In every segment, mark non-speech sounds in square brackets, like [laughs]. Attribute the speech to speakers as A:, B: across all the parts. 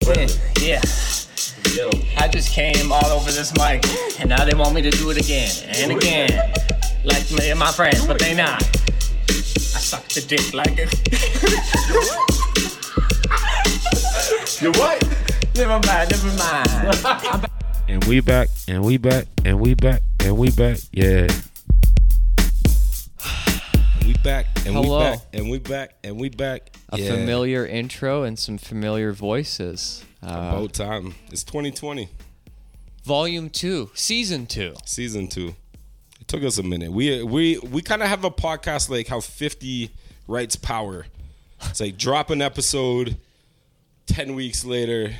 A: Yeah,
B: Whatever.
A: yeah.
B: Yo,
A: I just came all over this mic, and now they want me to do it again and
B: Do it.
A: again. Like my- my friends, but they not. I suck the dick like
C: [laughs]
A: it.
B: you're what?
A: never mind, never mind.
D: And we back, and we back, and we back, and we back. Yeah.
C: [sighs] We back and
E: Hello.
C: we back and we back and we back.
E: A
C: Yeah,
E: familiar intro and some familiar voices. Uh,
C: About time. It's 2020,
E: volume two, season two.
C: season two. It took us a minute. We we we kind of have a podcast like how 50 writes power. It's like drop an episode 10 weeks later.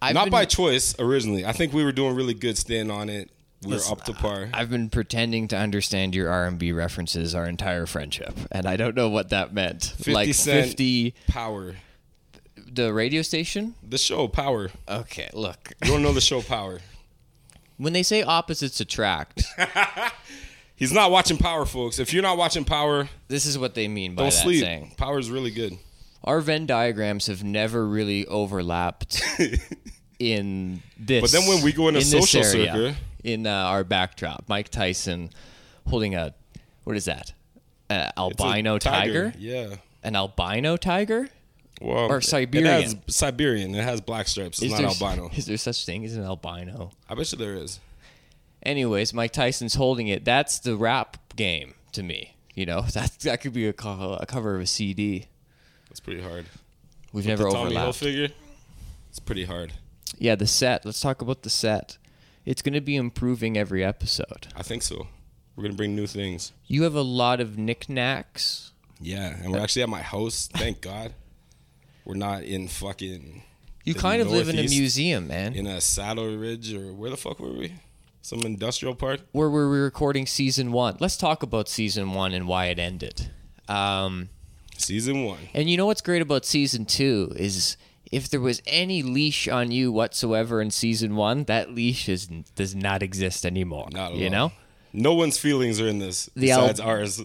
E: I've
C: Not
E: been,
C: by choice originally. I think we were doing really good staying on it. We were up to par.
E: I've been pretending to understand your R and B references our entire friendship, and I don't know what that meant.
C: 50
E: like
C: Cent.
E: fifty,
C: power.
E: the radio station.
C: The show power.
E: Okay, look.
C: You don't know the show power.
E: When they say opposites
C: [laughs]
E: attract,
C: He's not watching Power, folks. If you're not watching Power,
E: this is what they mean by
C: don't
E: that
C: sleep.
E: saying.
C: Power's really good.
E: Our Venn diagrams have never really
C: [laughs]
E: overlapped in this.
C: But then when we go in a
E: this
C: social
E: area,
C: circle-
E: in uh, our backdrop, Mike Tyson holding a what is that? Uh,
C: It's a
E: albino tiger?
C: Yeah.
E: An albino tiger?
C: Well,
E: Or
C: it-
E: Siberian.
C: It has Siberian. It has black stripes. It's not albino.
E: [laughs] Is there such thing as an albino?
C: I bet you there is.
E: Anyways, Mike Tyson's holding it. That's the rap game to me. You know, [laughs] that that could be a, co- a cover of a CD.
C: That's pretty hard.
E: We've never
C: the Tommy
E: overlapped.
C: Hilfiger. It's pretty hard.
E: Yeah, the set. Let's talk about the set. It's going to be improving every episode.
C: I think so. We're gonna bring new things.
E: You have a lot of knickknacks.
C: Yeah, and we're actually at my house. Thank God. We're not in fucking
E: You
C: The
E: kind of live in a
C: Northeast.
E: museum, man.
C: in a Saddle Ridge or where the fuck were we? Some industrial park.
E: Where were we recording season one? Let's talk about season one and why it ended. Um,
C: Season one.
E: and you know what's great about season two is if there was any leash on you whatsoever in season one, that leash is does not exist anymore.
C: Not at
E: you
C: all.
E: know.
C: No one's feelings are in this
E: The al-
C: besides ours.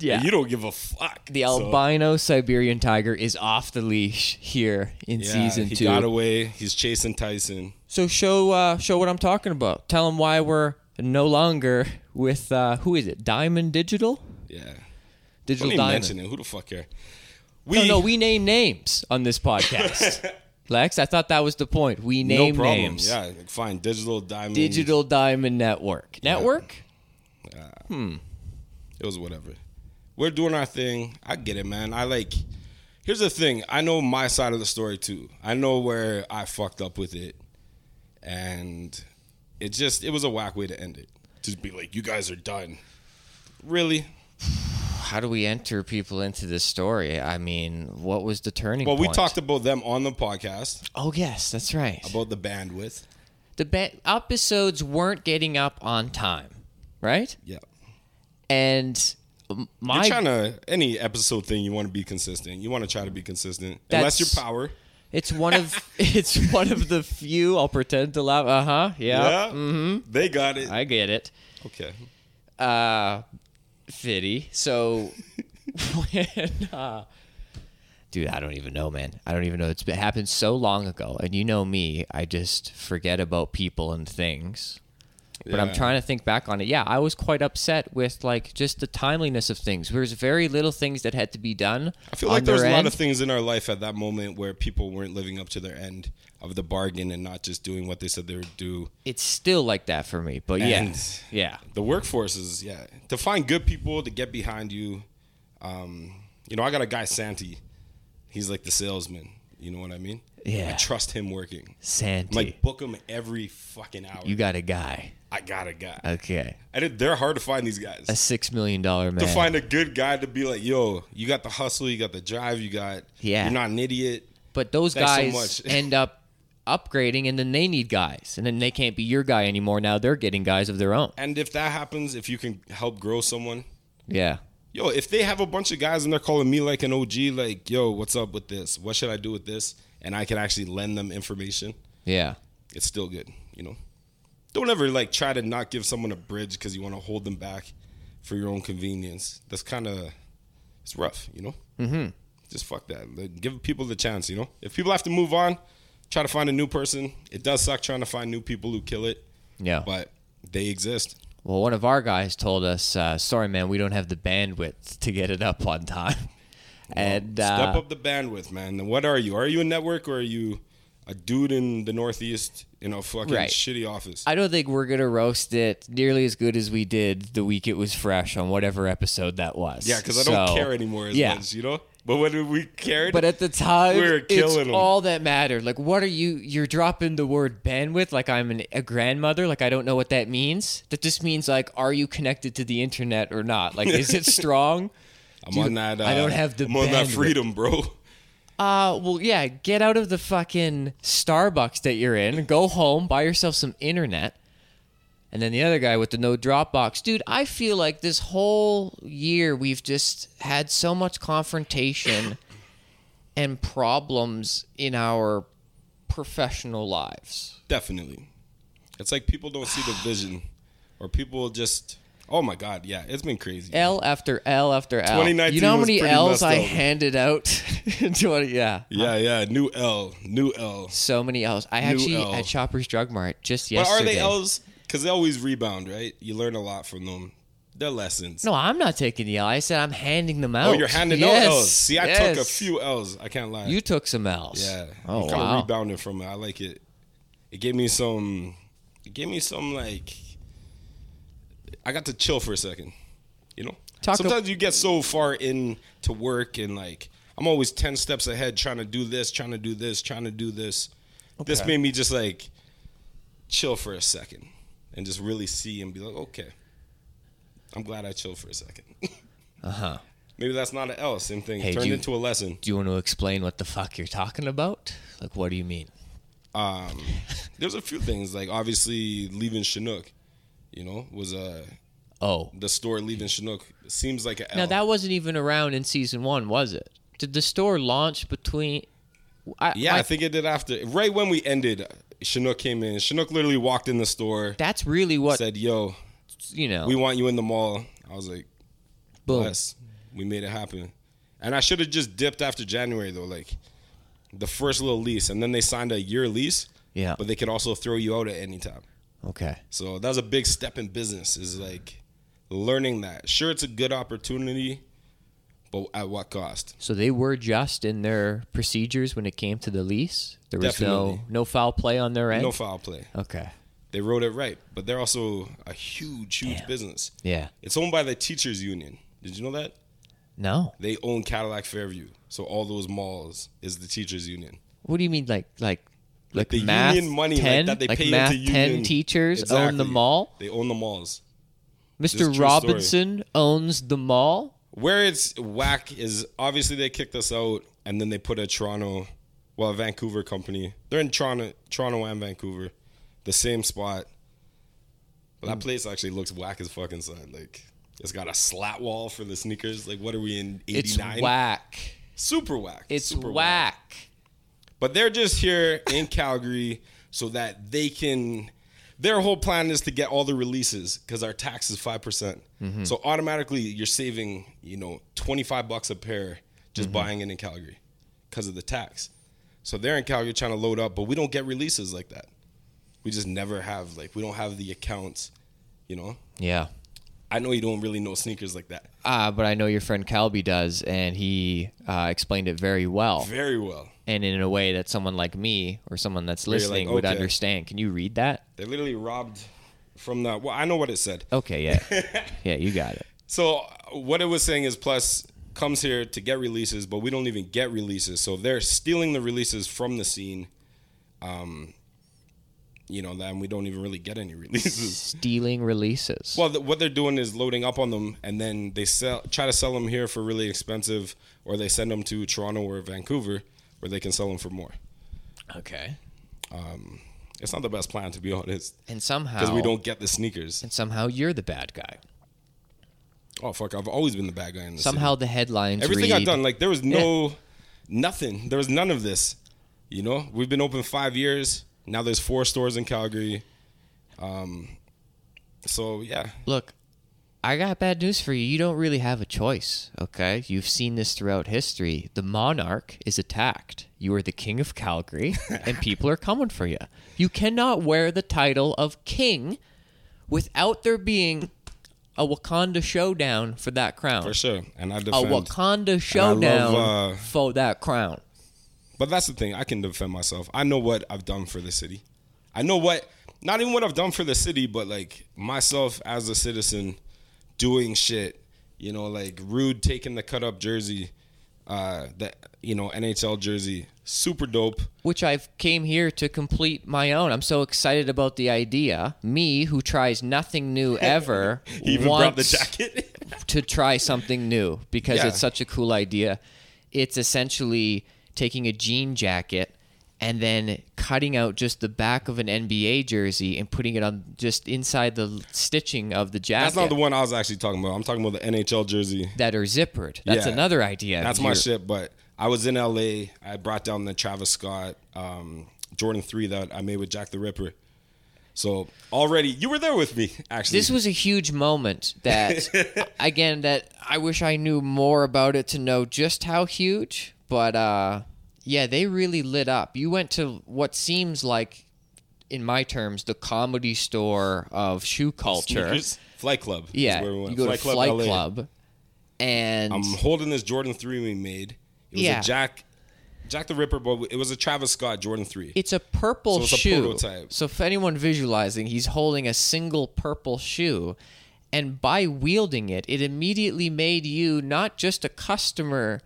E: Yeah.
C: And you don't give a fuck.
E: The
C: So,
E: albino Siberian tiger is off the leash here in
C: yeah,
E: season
C: he
E: two.
C: got away. He's chasing Tyson.
E: So show uh, show what I'm talking about. Tell them why we're no longer with uh, who is it? Diamond Digital.
C: Yeah.
E: Digital
C: Don't even
E: Diamond.
C: mention it. Who the fuck care? We,
E: No, no, we name names on this podcast.
C: [laughs]
E: Lex, I thought that was the point. We
C: no
E: name
C: problem.
E: names.
C: Yeah, like, fine. Digital diamond.
E: Digital Diamond Network. Network?
C: It was whatever. We're doing our thing. I get it, man. I like. Here's the thing. I know my side of the story too. I know where I fucked up with it, and it just it was a whack way to end it. Just be like, you guys are done. Really?
E: How do we enter people into this story? I mean, what was the turning
C: Well,
E: point?
C: we talked about them on the podcast
E: Oh yes, that's right.
C: about the bandwidth.
E: The ba- episodes weren't getting up on time, right?
C: Yeah.
E: And my
C: You're trying to any episode thing you want to be consistent. You want to try to be consistent,
E: That's-
C: unless you're power.
E: It's one of [laughs] it's one of the few. I'll pretend to laugh. Uh huh. Yeah,
C: Mm-hmm. They got it.
E: I get it,
C: okay.
E: Fitty. Uh,
C: [laughs]
E: So when, uh, dude, I don't even know, man. I don't even know. It's been, happened so long ago, and you know me. I just forget about people and things. But I'm
C: Yeah.
E: trying to think back on it. Yeah, I was quite upset with like just the timeliness of things. There was very little things that had to be done.
C: I feel like there was a lot of things in our life at that moment where people weren't living up to their end of the bargain and not just doing what they said they would do.
E: It's still like that for me. But yeah,
C: And-
E: yeah.
C: The workforce is yeah to find good people to get behind you. Um, you know, I got a guy Santi. He's like the salesman. You know what I mean?
E: Yeah.
C: I trust him working.
E: Santi,
C: I'm like book him every fucking hour.
E: you got a guy.
C: I got a guy.
E: Okay.
C: And it, they're hard to find these guys.
E: A six million dollar man.
C: to find a good guy to be like, yo, you got the hustle, you got the drive, you got,
E: Yeah.
C: you're not an idiot.
E: but those
C: Thanks so
E: guys
C: much. [laughs]
E: end up upgrading and then they need guys. And then they can't be your guy anymore. Now they're getting guys of their own.
C: And if that happens, if you can help grow someone,
E: Yeah.
C: yo, if they have a bunch of guys and they're calling me like an OG, like, yo, what's up with this? What should I do with this? And I can actually lend them information,
E: Yeah.
C: it's still good, you know? Don't ever like try to not give someone a bridge because you want to hold them back for your own convenience. That's kind of, it's rough, you know? Mm-hmm. just fuck that. Like, give people the chance, you know? If people have to move on, try to find a new person. It does suck trying to find new people who kill it,
E: Yeah.
C: but they exist.
E: Well, one of our guys told us, uh, "Sorry, man, we don't have the bandwidth [laughs] to get it up on time." and uh,
C: Step up the bandwidth, man. What are you? Are you a network or are you a dude in the Northeast in a fucking
E: Right.
C: shitty office?
E: I don't think we're gonna roast it nearly as good as we did the week it was fresh on whatever episode that was.
C: yeah, because I don't
E: So,
C: care anymore as
E: yeah.
C: much, you know? But when we cared,
E: But at the time,
C: We were killing
E: it's
C: 'em.
E: all that mattered. Like, what are you? You're dropping the word bandwidth like I'm an, a grandmother. Like, I don't know what that means. That just means like, are you connected to the internet or not? Like, is
C: [laughs]
E: it strong?
C: I'm
E: dude,
C: on that. Uh,
E: I don't have the
C: I'm on that
E: bandwidth.
C: freedom, bro. [laughs]
E: Uh, well, yeah, get out of the fucking Starbucks that you're in. Go home, buy yourself some internet. And then the other guy with the no Dropbox. Dude, I feel like this whole year we've just had so much confrontation and problems in our professional lives.
C: Definitely. It's like people don't see the vision, or people just. Oh my God! Yeah, it's been crazy.
E: L after L after L. You
C: 2019
E: know how
C: was
E: many
C: pretty
E: L's
C: messed
E: I
C: up.
E: handed out [laughs] in 20? Yeah.
C: yeah, yeah. New L, new L.
E: So many L's. I actually
C: L.
E: at Shoppers Drug Mart just
C: But
E: yesterday.
C: are they L's? Because they always rebound, right? You learn a lot from them. They're lessons.
E: No, I'm not taking the L. I said I'm handing them out.
C: Oh, you're handing
E: Yes,
C: out L's. See, I took a
E: yes.
C: few L's. I can't lie.
E: You took some L's.
C: yeah.
E: Oh
C: I'm kinda
E: wow.
C: rebounding from it. I like it. It gave me some. It gave me some like. I got to chill for a second. You know.
E: Talk ab-
C: Sometimes you get so far in to work and like I'm always ten steps ahead, trying to do this, trying to do this, trying to do this. This made me just like chill for a second and just really see and be like, okay, I'm glad I chilled for a second. [laughs] uh huh. Maybe that's not an L. Same thing.
E: Uh-huh. Hey,
C: Turned
E: you-
C: into a lesson.
E: Do you want to explain what the fuck you're talking about? Like, what do you mean?
C: um, there's a few things like obviously leaving Chinook, you know, was uh,
E: Oh,
C: the store leaving Chinook seems like a L.
E: now that wasn't even around in season one, was it? Did the store launch between? I,
C: yeah, I,
E: I-
C: think it did after right when we ended. Chinook came in. Chinook literally walked in the store,
E: that's really what
C: said, "Yo,
E: you know.
C: we want you in the mall." I was like,
E: boom.
C: "Yes, we made it happen." And I should have just dipped after January though, like the first little lease, and then they signed a year lease.
E: Yeah.
C: but they could also throw you out at any time.
E: Okay.
C: So that was a big step in business is like learning that. Sure, it's a good opportunity, but at what cost?
E: So they were just in their procedures when it came to the lease. There was no
C: Definitely.
E: no foul play on their end.
C: No foul play.
E: Okay.
C: They wrote it right, but they're also a huge, huge business.
E: Yeah.
C: It's owned by the teachers union. Did you know that?
E: No.
C: They own Cadillac Fairview. So all those malls is the teachers union.
E: What do you mean, like like like
C: the
E: math
C: union money like,
E: 10,
C: that they pay
E: math
C: into
E: ten
C: union-
E: teachers own the
C: Exactly.
E: mall?
C: They own the malls. is a true
E: Mr.
C: story.
E: Robinson owns the mall.
C: Where it's whack is obviously they kicked us out, and then they put a Toronto, well, a Vancouver company. They're in Toronto, Toronto and Vancouver, the same spot. But
E: Hmm.
C: that place actually looks whack as fucking son. Like it's got a slat wall for the sneakers. Like what are we in
E: It's
C: eighty nine?
E: whack.
C: Super whack.
E: It's
C: Super
E: whack.
C: But they're just here in Calgary so that they can. Their whole plan is to get all the releases because our tax is five percent. So automatically, you're saving you know twenty five bucks a pair just buying it in Calgary because of the tax. So they're in Calgary trying to load up, but we don't get releases like that. We just never have like we don't have the accounts. You know,
E: Yeah.
C: I know you don't really know sneakers like that
E: Uh, but I know your friend Calby does, and he uh, explained it very well,
C: very well.
E: and in a way that someone like me or someone that's
C: you're like,
E: listening would
C: okay.
E: understand. Can you read that?
C: They literally robbed from the. Well, I know what it said.
E: Okay.
C: [laughs]
E: Yeah. yeah. You got it.
C: So uh, what it was saying is plus comes here to get releases, but we don't even get releases. So they're stealing the releases from the scene. Um, you know, then we don't even really get any [laughs] releases.
E: Stealing releases.
C: well, th- what they're doing is loading up on them, and then they sell, try to sell them here for really expensive, or they send them to Toronto or Vancouver, where they can sell them for more.
E: okay.
C: It's not the best plan, to be [laughs] honest,
E: And somehow
C: because we don't get the sneakers.
E: And somehow you're the bad guy.
C: Oh fuck! I've always been the bad guy in this. city.
E: Somehow the headlines.
C: everything
E: read,
C: I've done. Like there was no nothing. There was none of this. You know, we've been open five years. Now there's four stores in Calgary. Um, so yeah,
E: Look, I got bad news for you. You don't really have a choice, okay? You've seen this throughout history. The monarch is attacked. You are the king of
C: [laughs]
E: Calgary, and people are coming for you. You cannot wear the title of king without there being a Wakanda showdown for that crown.
C: for sure. And I
E: A
C: defend.
E: Wakanda
C: love,
E: showdown
C: uh,
E: for that crown.
C: But that's the thing. I can defend myself. I know what I've done for the city. I know what, not even what I've done for the city, but like myself as a citizen doing shit, you know, like Rude taking the cut up jersey, uh, that, you know, NHL jersey. Super dope.
E: which I've came here to complete my own. I'm so excited about the idea. Me, who tries nothing
C: [laughs]
E: new ever,
C: He even brought the
E: wants
C: jacket. [laughs]
E: to try something new because
C: Yeah.
E: it's such a cool idea. It's essentially taking a jean jacket and then cutting out just the back of an NBA jersey and putting it on just inside the l- stitching of the jacket
C: That's not the one I was actually talking about. I'm talking about the NHL jersey.
E: that are zippered. That's
C: Yeah.
E: another idea.
C: That's my
E: You're-
C: shit. But I was in LA. I brought down the Travis Scott um, Jordan three that I made with Jack the Ripper. So already you were there with me. Actually, [laughs]
E: This was a huge moment that, again, that I wish I knew more about it to know just how huge. But uh, yeah, they really lit up. You went to what seems like, in my terms, the comedy store of shoe culture.
C: Sneakers. Flight Club. is
E: Yeah,
C: where we went.
E: you go to Flight Club,
C: LA.
E: and
C: I'm holding this Jordan three we made. It was
E: Yeah.
C: a Jack, Jack the Ripper, but it was a Travis Scott Jordan three.
E: it's a purple
C: So it's a
E: shoe.
C: prototype.
E: So if anyone visualizing, he's holding a single purple shoe, and by wielding it, it immediately made you not just a customer.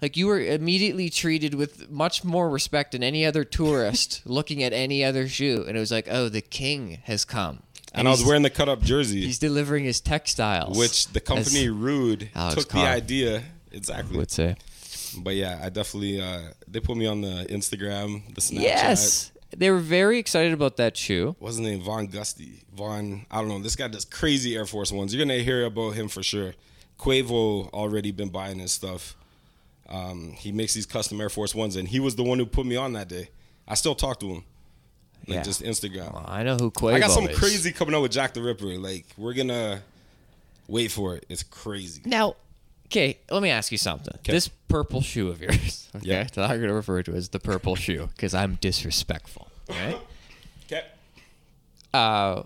E: Like you were immediately treated with much more respect than any other
C: [laughs]
E: tourist looking at any other shoe, and it was like, oh, the king has come,
C: and I was
E: he's-
C: wearing the cut up jersey,
E: He's delivering his textiles,
C: which the company
E: as
C: Rude
E: Alex
C: took
E: Carr.
C: the idea. Exactly.
E: would say.
C: But yeah, I definitely uh, they put me on the Instagram, the Snapchat.
E: Yes, they were very excited about that shoe.
C: What's his name? Von Gusty. Von, I don't know. This guy does crazy Air Force Ones. You're gonna hear about him for sure. Quavo already been buying his stuff. Um, he makes these custom Air Force Ones, and he was the one who put me on that day. I still talk to him, like
E: Yeah.
C: just Instagram.
E: I know who Quavo
C: I got some
E: is.
C: crazy coming out with Jack the Ripper. Like we're gonna wait for it. It's crazy.
E: Now, okay, let me ask you something. This purple shoe of yours, [laughs] okay,
C: Yeah.
E: that I'm going to refer to as the purple shoe because I'm disrespectful. Okay.
C: Okay.
E: Uh,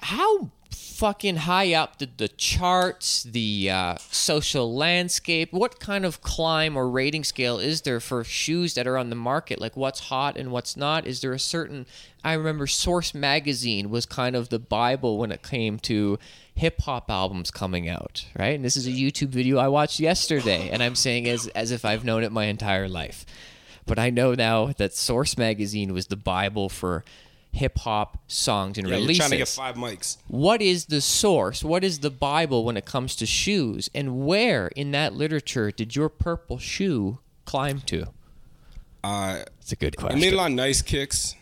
E: how fucking high up did the charts, the uh, social landscape, what kind of climb or rating scale is there for shoes that are on the market? Like what's hot and what's not? Is there a certain? I remember Source magazine was kind of the bible when it came to hip hop albums coming out, right? And this is a YouTube video I watched yesterday, and I'm saying as as if I've known it my entire life. But I know now that Source magazine was the bible for hip hop songs and
C: Yeah, you're
E: releases
C: trying to get five mics.
E: what is the source? What is the Bible when it comes to shoes? And where in that literature did your purple shoe climb to?
C: Uh,
E: It's a good
C: I
E: question.
C: made it on Nice Kicks,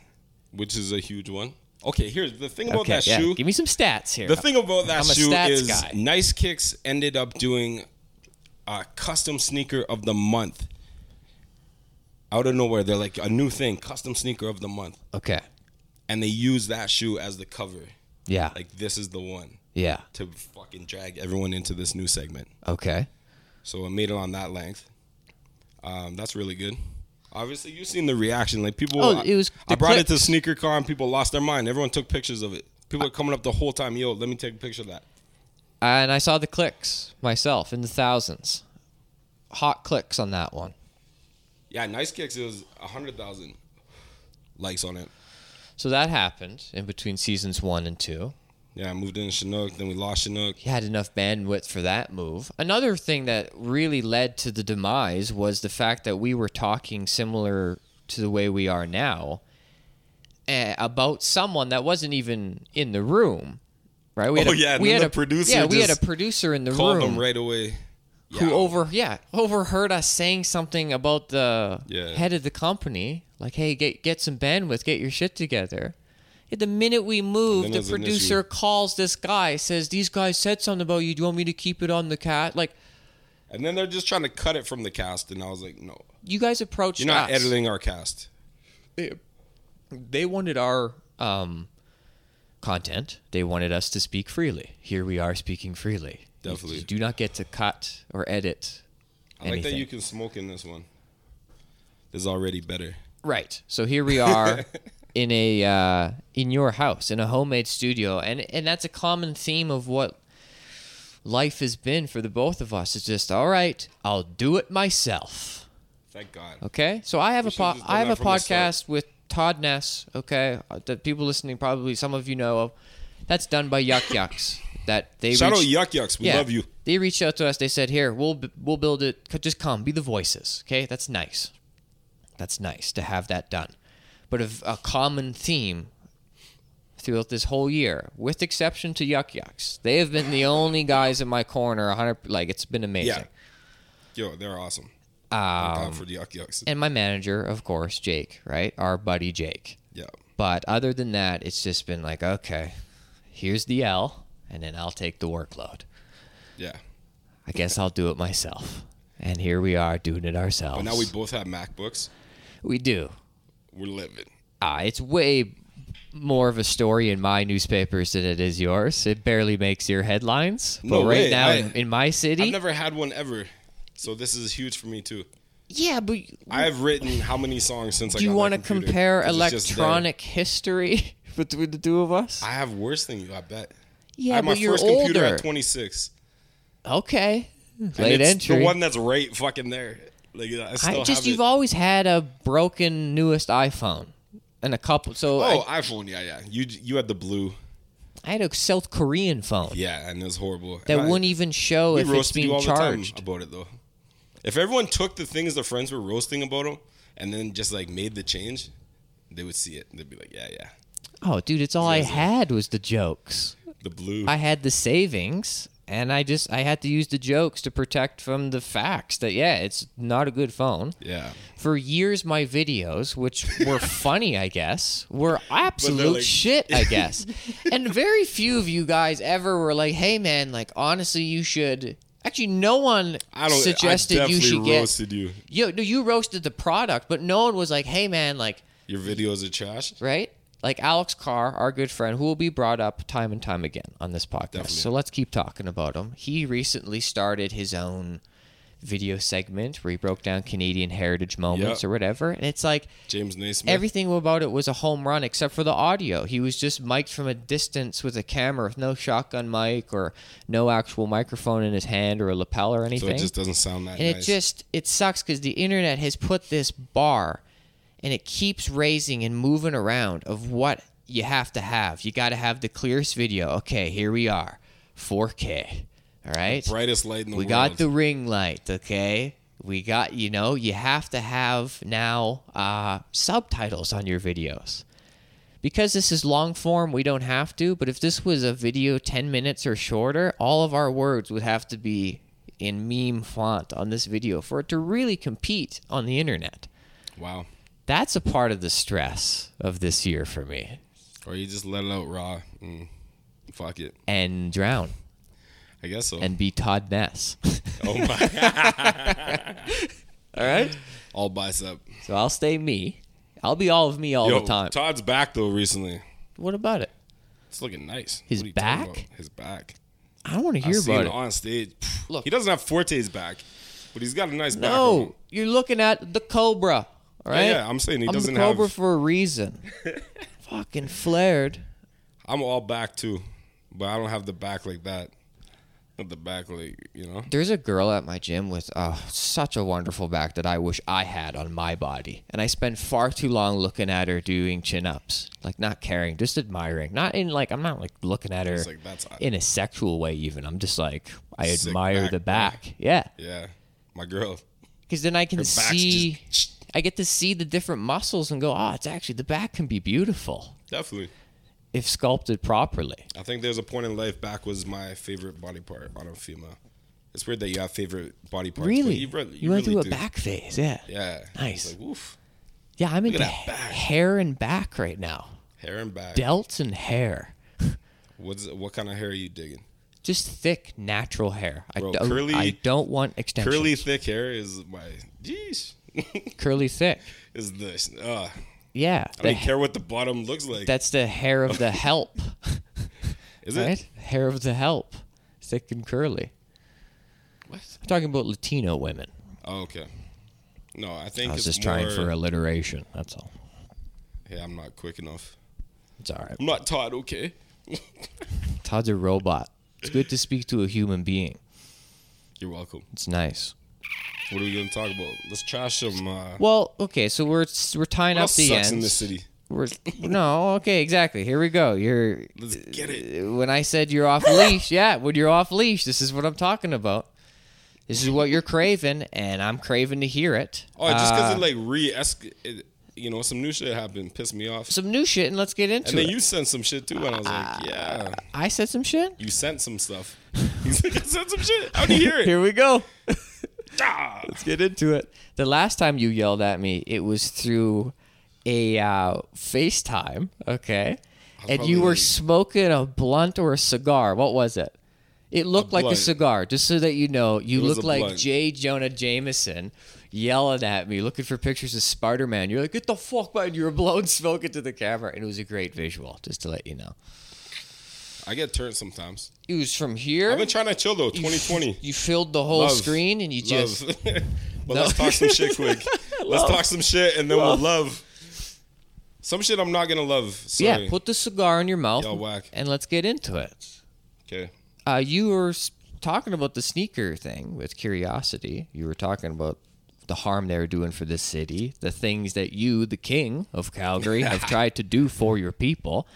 C: which is a huge one. Okay, here's the thing about
E: okay,
C: that
E: yeah.
C: shoe.
E: Give me some stats here.
C: The thing about that
E: I'm a
C: shoe
E: stats
C: is
E: guy.
C: Nice Kicks ended up doing a custom sneaker of the month. Out of nowhere, they're like a new thing, custom sneaker of the month,
E: Okay.
C: and they use that shoe as the cover.
E: Yeah.
C: Like this is the one
E: yeah.
C: to fucking drag everyone into this new segment.
E: Okay.
C: So I made it on that length. Um, that's really good. Obviously, you've seen the reaction. Like people,
E: Oh, it was
C: I
E: the
C: brought it to
E: clicks.
C: sneaker con. People lost their mind. Everyone took pictures of it. People are coming up the whole time. Yo, let me take a picture of that.
E: And I saw the clicks myself in the thousands. Hot clicks on that one.
C: Yeah, Nice Kicks it was a hundred thousand likes on it.
E: So that happened in between seasons one and two.
C: Yeah, I moved in Chinook, then we lost Chinook.
E: he had enough bandwidth for that move. Another thing that really led to the demise was the fact that we were talking similar to the way we are now eh, about someone that wasn't even in the room, right? We
C: Oh, yeah, and
E: we
C: then
E: had a
C: the producer
E: Yeah, we had a
C: just
E: producer in the
C: Called
E: room
C: them right away.
E: who
C: Yeah.
E: over yeah overheard us saying something about the
C: Yeah.
E: head of the company like hey get get some bandwidth get your shit together Yeah, the minute we move
C: then
E: the
C: there's an
E: producer
C: issue.
E: calls this guy says these guys said something about you do you want me to keep it on the cat like
C: And then they're just trying to cut it from the cast, and I was like, no,
E: you guys approached
C: you're not
E: us.
C: editing our cast.
E: they wanted our um content. They wanted us to speak freely. Here we are speaking freely. You-
C: Definitely.
E: You, do not get to cut or edit
C: I like that
E: anything.
C: you can smoke in this one. This is already better.
E: Right. So here we
C: [laughs]
E: are in a uh, in your house in a homemade studio, and and that's a common theme of what life has been for the both of us. It's just all right. I'll do it myself.
C: Thank God.
E: Okay. So I have
C: We
E: a
C: should've
E: po-
C: just done
E: I have
C: that
E: a
C: from the start.
E: podcast with Todd Ness. Okay, uh, that people listening probably some of you know of. That's done by Yuck Yucks. That they
C: Shout out
E: reached-
C: Yuck Yucks. We love you.
E: they reached out to us. They said, "Here, we'll b- we'll build it. C- Just come, be the voices." Okay, that's nice. That's nice to have that done. But a, a common theme throughout this whole year, with exception to Yuck Yucks, they have been the only guys in my corner. 100 like it's been amazing. Um,
C: Yeah. Yo, they're awesome. Thank God for the Yuck Yucks.
E: And my manager, of course, Jake, right? Our buddy Jake.
C: Yeah.
E: But other than that, it's just been like, okay, here's the L, and then I'll take the workload.
C: Yeah.
E: I guess I'll do it myself. And here we are doing it ourselves.
C: But now we both have MacBooks.
E: we do.
C: We're living.
E: Ah, it's way more of a story in my newspapers than it is yours. It barely makes your headlines. But
C: No
E: right
C: way.
E: now
C: I-
E: in, in my
C: I've
E: city,
C: never had one ever. So this is huge for me too.
E: yeah, but
C: I have written how many songs since I
E: do you
C: want to
E: compare electronic history [laughs] between the two of us?
C: I have worse than you, I bet. I
E: yeah,
C: had my
E: but you're
C: first computer
E: older.
C: at 26.
E: okay,
C: and
E: late
C: it's
E: entry.
C: The one that's right fucking there. Like I still
E: I just
C: have
E: you've
C: it.
E: always had a broken newest iPhone and a couple. So
C: Oh, iPhone, yeah, yeah. You you had the blue,
E: I, I had a South Korean phone.
C: yeah, and it was horrible.
E: that
C: And I-
E: wouldn't even show
C: we
E: if it's
C: roasted you
E: being
C: all
E: charged.
C: the time about it though. If everyone took the things their friends were roasting about them and then just like made the change, they would see it. They'd be like, yeah, yeah,
E: Oh, dude, it's all I had was the jokes.
C: the blue.
E: I had the savings, and I just I had to use the jokes to protect from the facts that yeah, it's not a good phone.
C: yeah,
E: For years, my videos, which
C: [laughs]
E: were funny, I guess, were absolute
C: like-
E: shit, I
C: [laughs]
E: guess. and very few of you guys ever were like, "Hey, man, like honestly, you should." Actually, no one
C: I don't.
E: suggested
C: I
E: you
C: definitely
E: should get.
C: roasted you.
E: Yo, no, you roasted the product, but no one was like, "Hey, man, like."
C: Your videos are trash.
E: right? Like Alex Carr, our good friend, who will be brought up time and time again on this podcast. So let's keep talking about him. He recently started his own video segment where he broke down Canadian heritage moments
C: Yep.
E: or whatever. And it's like
C: James Naismith.
E: everything about it was a home run except for the audio. He was just mic'd from a distance with a camera with no shotgun mic or no actual microphone in his hand or a lapel or
C: so
E: anything.
C: it just doesn't sound that
E: And
C: nice.
E: it just it sucks because the internet has put this bar, and it keeps raising and moving around of what you have to have. You got to have the clearest video. Okay, here we are, 4K. All right,
C: brightest light in the
E: we
C: world.
E: got the ring light. Okay, we got you know you have to have now uh, subtitles on your videos. Because this is long form, we don't have to, but if this was a video 10 minutes or shorter, all of our words would have to be in meme font on this video for it to really compete on the internet.
C: wow.
E: That's a part of the stress of this year for me.
C: Or you just let it out raw. Mm. Fuck it.
E: And drown
C: I guess so.
E: and be Todd Ness. [laughs]
C: oh my.
E: all right?
C: all bicep.
E: So I'll stay me. I'll be all of me all
C: Yo,
E: the time.
C: Todd's back though recently.
E: what about it?
C: It's looking nice.
E: His
C: What are you
E: back?
C: talking about? His back.
E: I don't want to
C: I've
E: hear
C: seen
E: about
C: it
E: it.
C: on stage. Pfft,
E: Look.
C: he doesn't have Forte's back, but he's got a nice back. on him.
E: No, you're looking at the Cobra, all right?
C: yeah, I'm saying he
E: the
C: doesn't
E: Cobra
C: have-
E: for a
C: [laughs]
E: reason. Fucking flared.
C: I'm all back too, but I don't have the back like that. Not the back like you know.
E: There's a girl at my gym with oh, such a wonderful back that I wish I had on my body, and I spend far too long looking at her doing chin ups, like not caring, just admiring. Not in like I'm not like looking at her
C: It's like that's
E: in a sexual way. Even I'm just like I
C: Sick
E: admire
C: back,
E: the
C: bro.
E: back. Yeah.
C: yeah, my girl.
E: because then I can
C: back's
E: see.
C: just-
E: I get to see the different muscles and go, oh, it's actually the back can be beautiful
C: Definitely.
E: if sculpted properly.
C: I think there's a point in life back was my favorite body part on a female. It's weird that you have favorite body parts. but
E: Really,
C: you,
E: you,
C: really,
E: went
C: really
E: through a
C: do.
E: back phase, yeah. yeah.
C: Yeah,
E: Nice.
C: It's like, oof,
E: I'm into
C: at that back.
E: hair and back right now.
C: hair and back.
E: Delts and hair,
C: What's what kind of hair are you digging?
E: just thick natural hair. I
C: Bro,
E: don't.
C: curly-
E: I don't want extensions.
C: Curly
E: Curly,
C: thick hair is my [laughs] jeez.
E: thick.
C: is this? Uh,
E: Yeah,
C: I
E: the
C: don't care what the bottom looks like. [laughs]
E: That's the hair of the help.
C: Is
E: right?
C: it?
E: Hair of the help, thick and curly.
C: What?
E: I'm talking about Latino women.
C: Oh, okay. No, I think
E: I was
C: it's
E: just
C: more,
E: trying for alliteration. That's all.
C: Hey, I'm not quick enough.
E: It's all right.
C: I'm not taught. Okay.
E: Todd's a robot. It's good to speak to a human being.
C: You're welcome.
E: It's nice.
C: What are we gonna talk about? Let's trash some. Uh, what
E: Well, okay, so we're we're tying up
C: else
E: the
C: sucks
E: ends.
C: in this city?
E: We're, no, okay, exactly. Here we go. You're
C: Let's get it.
E: when I said you're
C: [laughs]
E: off leash, yeah, when you're off leash, this is what I'm talking about. This is what you're craving, and I'm craving to hear it.
C: Oh, just because
E: Uh,
C: it like re it, you know, some new shit happened, pissed me off.
E: some new shit, and let's get into
C: And then
E: it.
C: you sent some shit too, and I was
E: Uh,
C: like, yeah,
E: I said some shit.
C: you sent some stuff. [laughs] He's like, I sent some shit. How do you hear it?
E: Here we go.
C: [laughs] Ah!
E: Get into it. The last time you yelled at me, it was through a uh, FaceTime, okay? And you
C: probably
E: were
C: like-
E: smoking a blunt or a cigar. What was it? It looked like a
C: blunt.
E: cigar, just so that you know. You
C: was
E: look
C: a
E: like
C: blunt.
E: J. Jonah Jameson yelling at me, looking for pictures of Spider Man. You're like, get the fuck, man. You were blowing smoke into the camera. And it was a great visual, just to let you know.
C: I get turned sometimes.
E: It was from here.
C: I've been trying to chill though.
E: you-
C: 2020.
E: You filled the whole
C: Love.
E: screen and you just. [laughs]
C: Love. but let's talk some shit quick. Let's
E: Love.
C: talk some shit and then we'll love. Some shit I'm not gonna love. Sorry.
E: Yeah, put the cigar in your mouth
C: Y'all whack.
E: and let's get into it.
C: okay.
E: Uh, you were s- talking about the sneaker thing with curiosity. You were talking about the harm they were doing for this city, the things that you, the king of Calgary,
C: [laughs]
E: have tried to do for your people,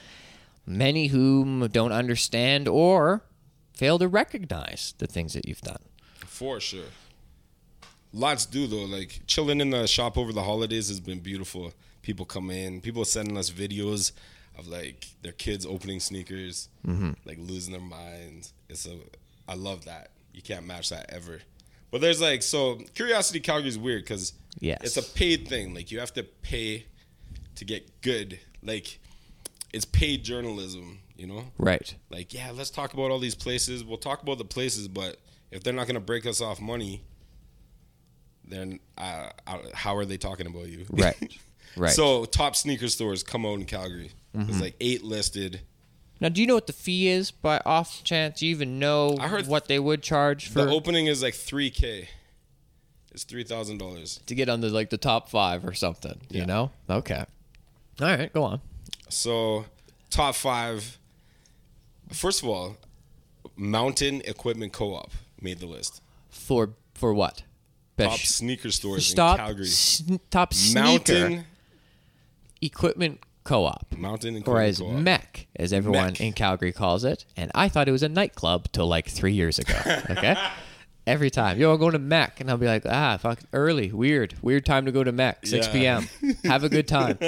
E: many whom don't understand or fail to recognize the things that you've done.
C: For sure. Lots do though. Like chilling in the shop over the holidays has been beautiful. People come in. People sending us videos of like their kids opening sneakers, like losing their minds. It's a. I love that. You can't match that ever. But there's like so curiosity Calgary's weird because
E: Yes.
C: it's a paid thing. Like you have to pay to get good. Like it's paid journalism. You know
E: Right.
C: like yeah let's talk about all these places we'll talk about the places but if they're not going to break us off money then uh, uh, how are they talking about you [laughs]
E: Right. Right. Mm-hmm.
C: so top sneaker stores come out in calgary there's like eight listed
E: now, do you know what the fee is? By off chance, you even know
C: I heard
E: what they would charge for
C: the opening is like 3k it's $3000
E: to get on the like the top five or something. You know? Okay. All right, go on.
C: so top five first of all mountain equipment co-op made the list
E: For for what? Best
C: top
E: sh-
C: sneaker stores
E: stop
C: in calgary
E: sn- top sneaker
C: mountain
E: equipment co-op,
C: mountain
E: or
C: equipment
E: as
C: co-op.
E: MEC, as everyone
C: MEC.
E: in Calgary calls it. And I thought it was a nightclub till like three years
C: [laughs]
E: ago. Okay. Every time, yo, I'm going to MEC, and I'll be like, ah, fuck, early, weird, weird time to go to MEC, 6
C: Yeah. [laughs]
E: p.m. Have a good time.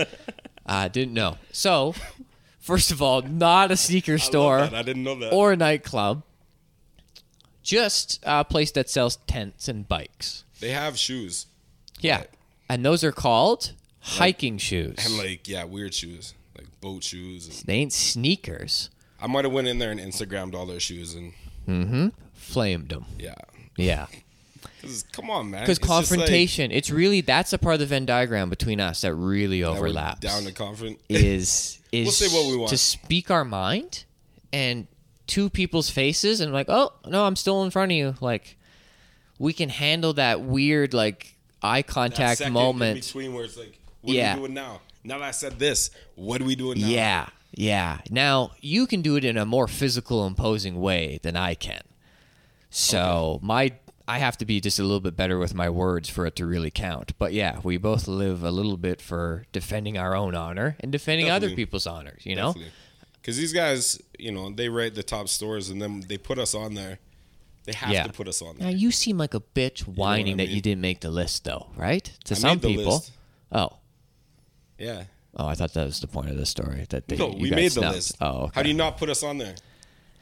E: I didn't know. So, first of all, not a sneaker store.
C: I love that. I didn't know that.
E: or a nightclub. Just a place that sells tents and bikes.
C: They have shoes.
E: Yeah. And those are called hiking shoes.
C: And like, yeah, weird shoes. Like boat shoes. And
E: they ain't sneakers.
C: I might have went in there and Instagrammed all their shoes and
E: Flamed them.
C: yeah. [laughs]
E: Yeah.
C: 'Cause come on, man.
E: Because
C: It's just like
E: confrontation, it's really, that's a part of the Venn diagram between us that really
C: that we're
E: overlaps.
C: Down to confront.
E: [laughs] is is
C: say what we want.
E: to speak our mind and two people's faces and like oh no i'm still in front of you like we can handle that weird like eye
C: That
E: contact
C: second In
E: moment
C: between where it's like, what
E: Yeah.
C: are we doing now? Now that I said this, what are we doing now?
E: yeah yeah now you can do it in a more physical imposing way than i can so my i have to be just a little bit better with my words for it to really count but yeah we both live a little bit for defending our own honor and defending other
C: Definitely.
E: people's honors you know
C: Because these guys, you know, they write the top stores and then they put us on there. They have
E: Yeah.
C: to put us on
E: Now
C: there.
E: you seem like a bitch whining
C: I
E: that you
C: mean?
E: didn't make the list, though, right? To
C: I
E: some
C: made the
E: people.
C: list.
E: Oh,
C: Yeah.
E: oh, I thought that was the point of the story that they.
C: No,
E: you
C: we
E: got
C: made the
E: snubbed.
C: list.
E: Oh, okay.
C: How do you not put us on there?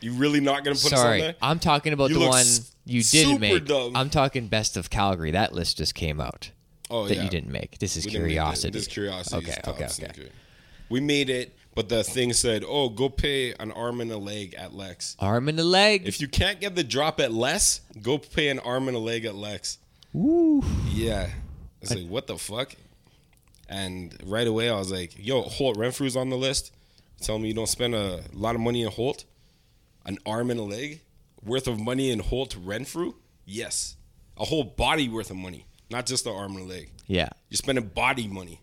C: You really not going to put us on
E: Sorry,
C: there?
E: I'm talking about
C: You
E: the
C: look
E: one
C: s-
E: you didn't
C: super
E: make.
C: dumb.
E: I'm talking best of Calgary. That list just came out.
C: Oh,
E: that
C: yeah.
E: you didn't make. This is
C: We didn't make it.
E: curiosity.
C: This curiosity. is
E: Okay,
C: top
E: okay, okay.
C: secret. We made it, but the thing said, "Oh, go pay an arm and a leg at Lex.
E: Arm and a leg.
C: If you can't get the drop at Lex, go pay an arm and a leg at Lex." Woo. Yeah. It's like what the fuck. And right away, I was like, "Yo, Holt Renfrew's on the list. Tell me you don't spend a lot of money in Holt. an arm and a leg worth of money in Holt Renfrew? Yes. A whole body worth of money, not just the arm and a leg.
E: Yeah.
C: You're spending body money.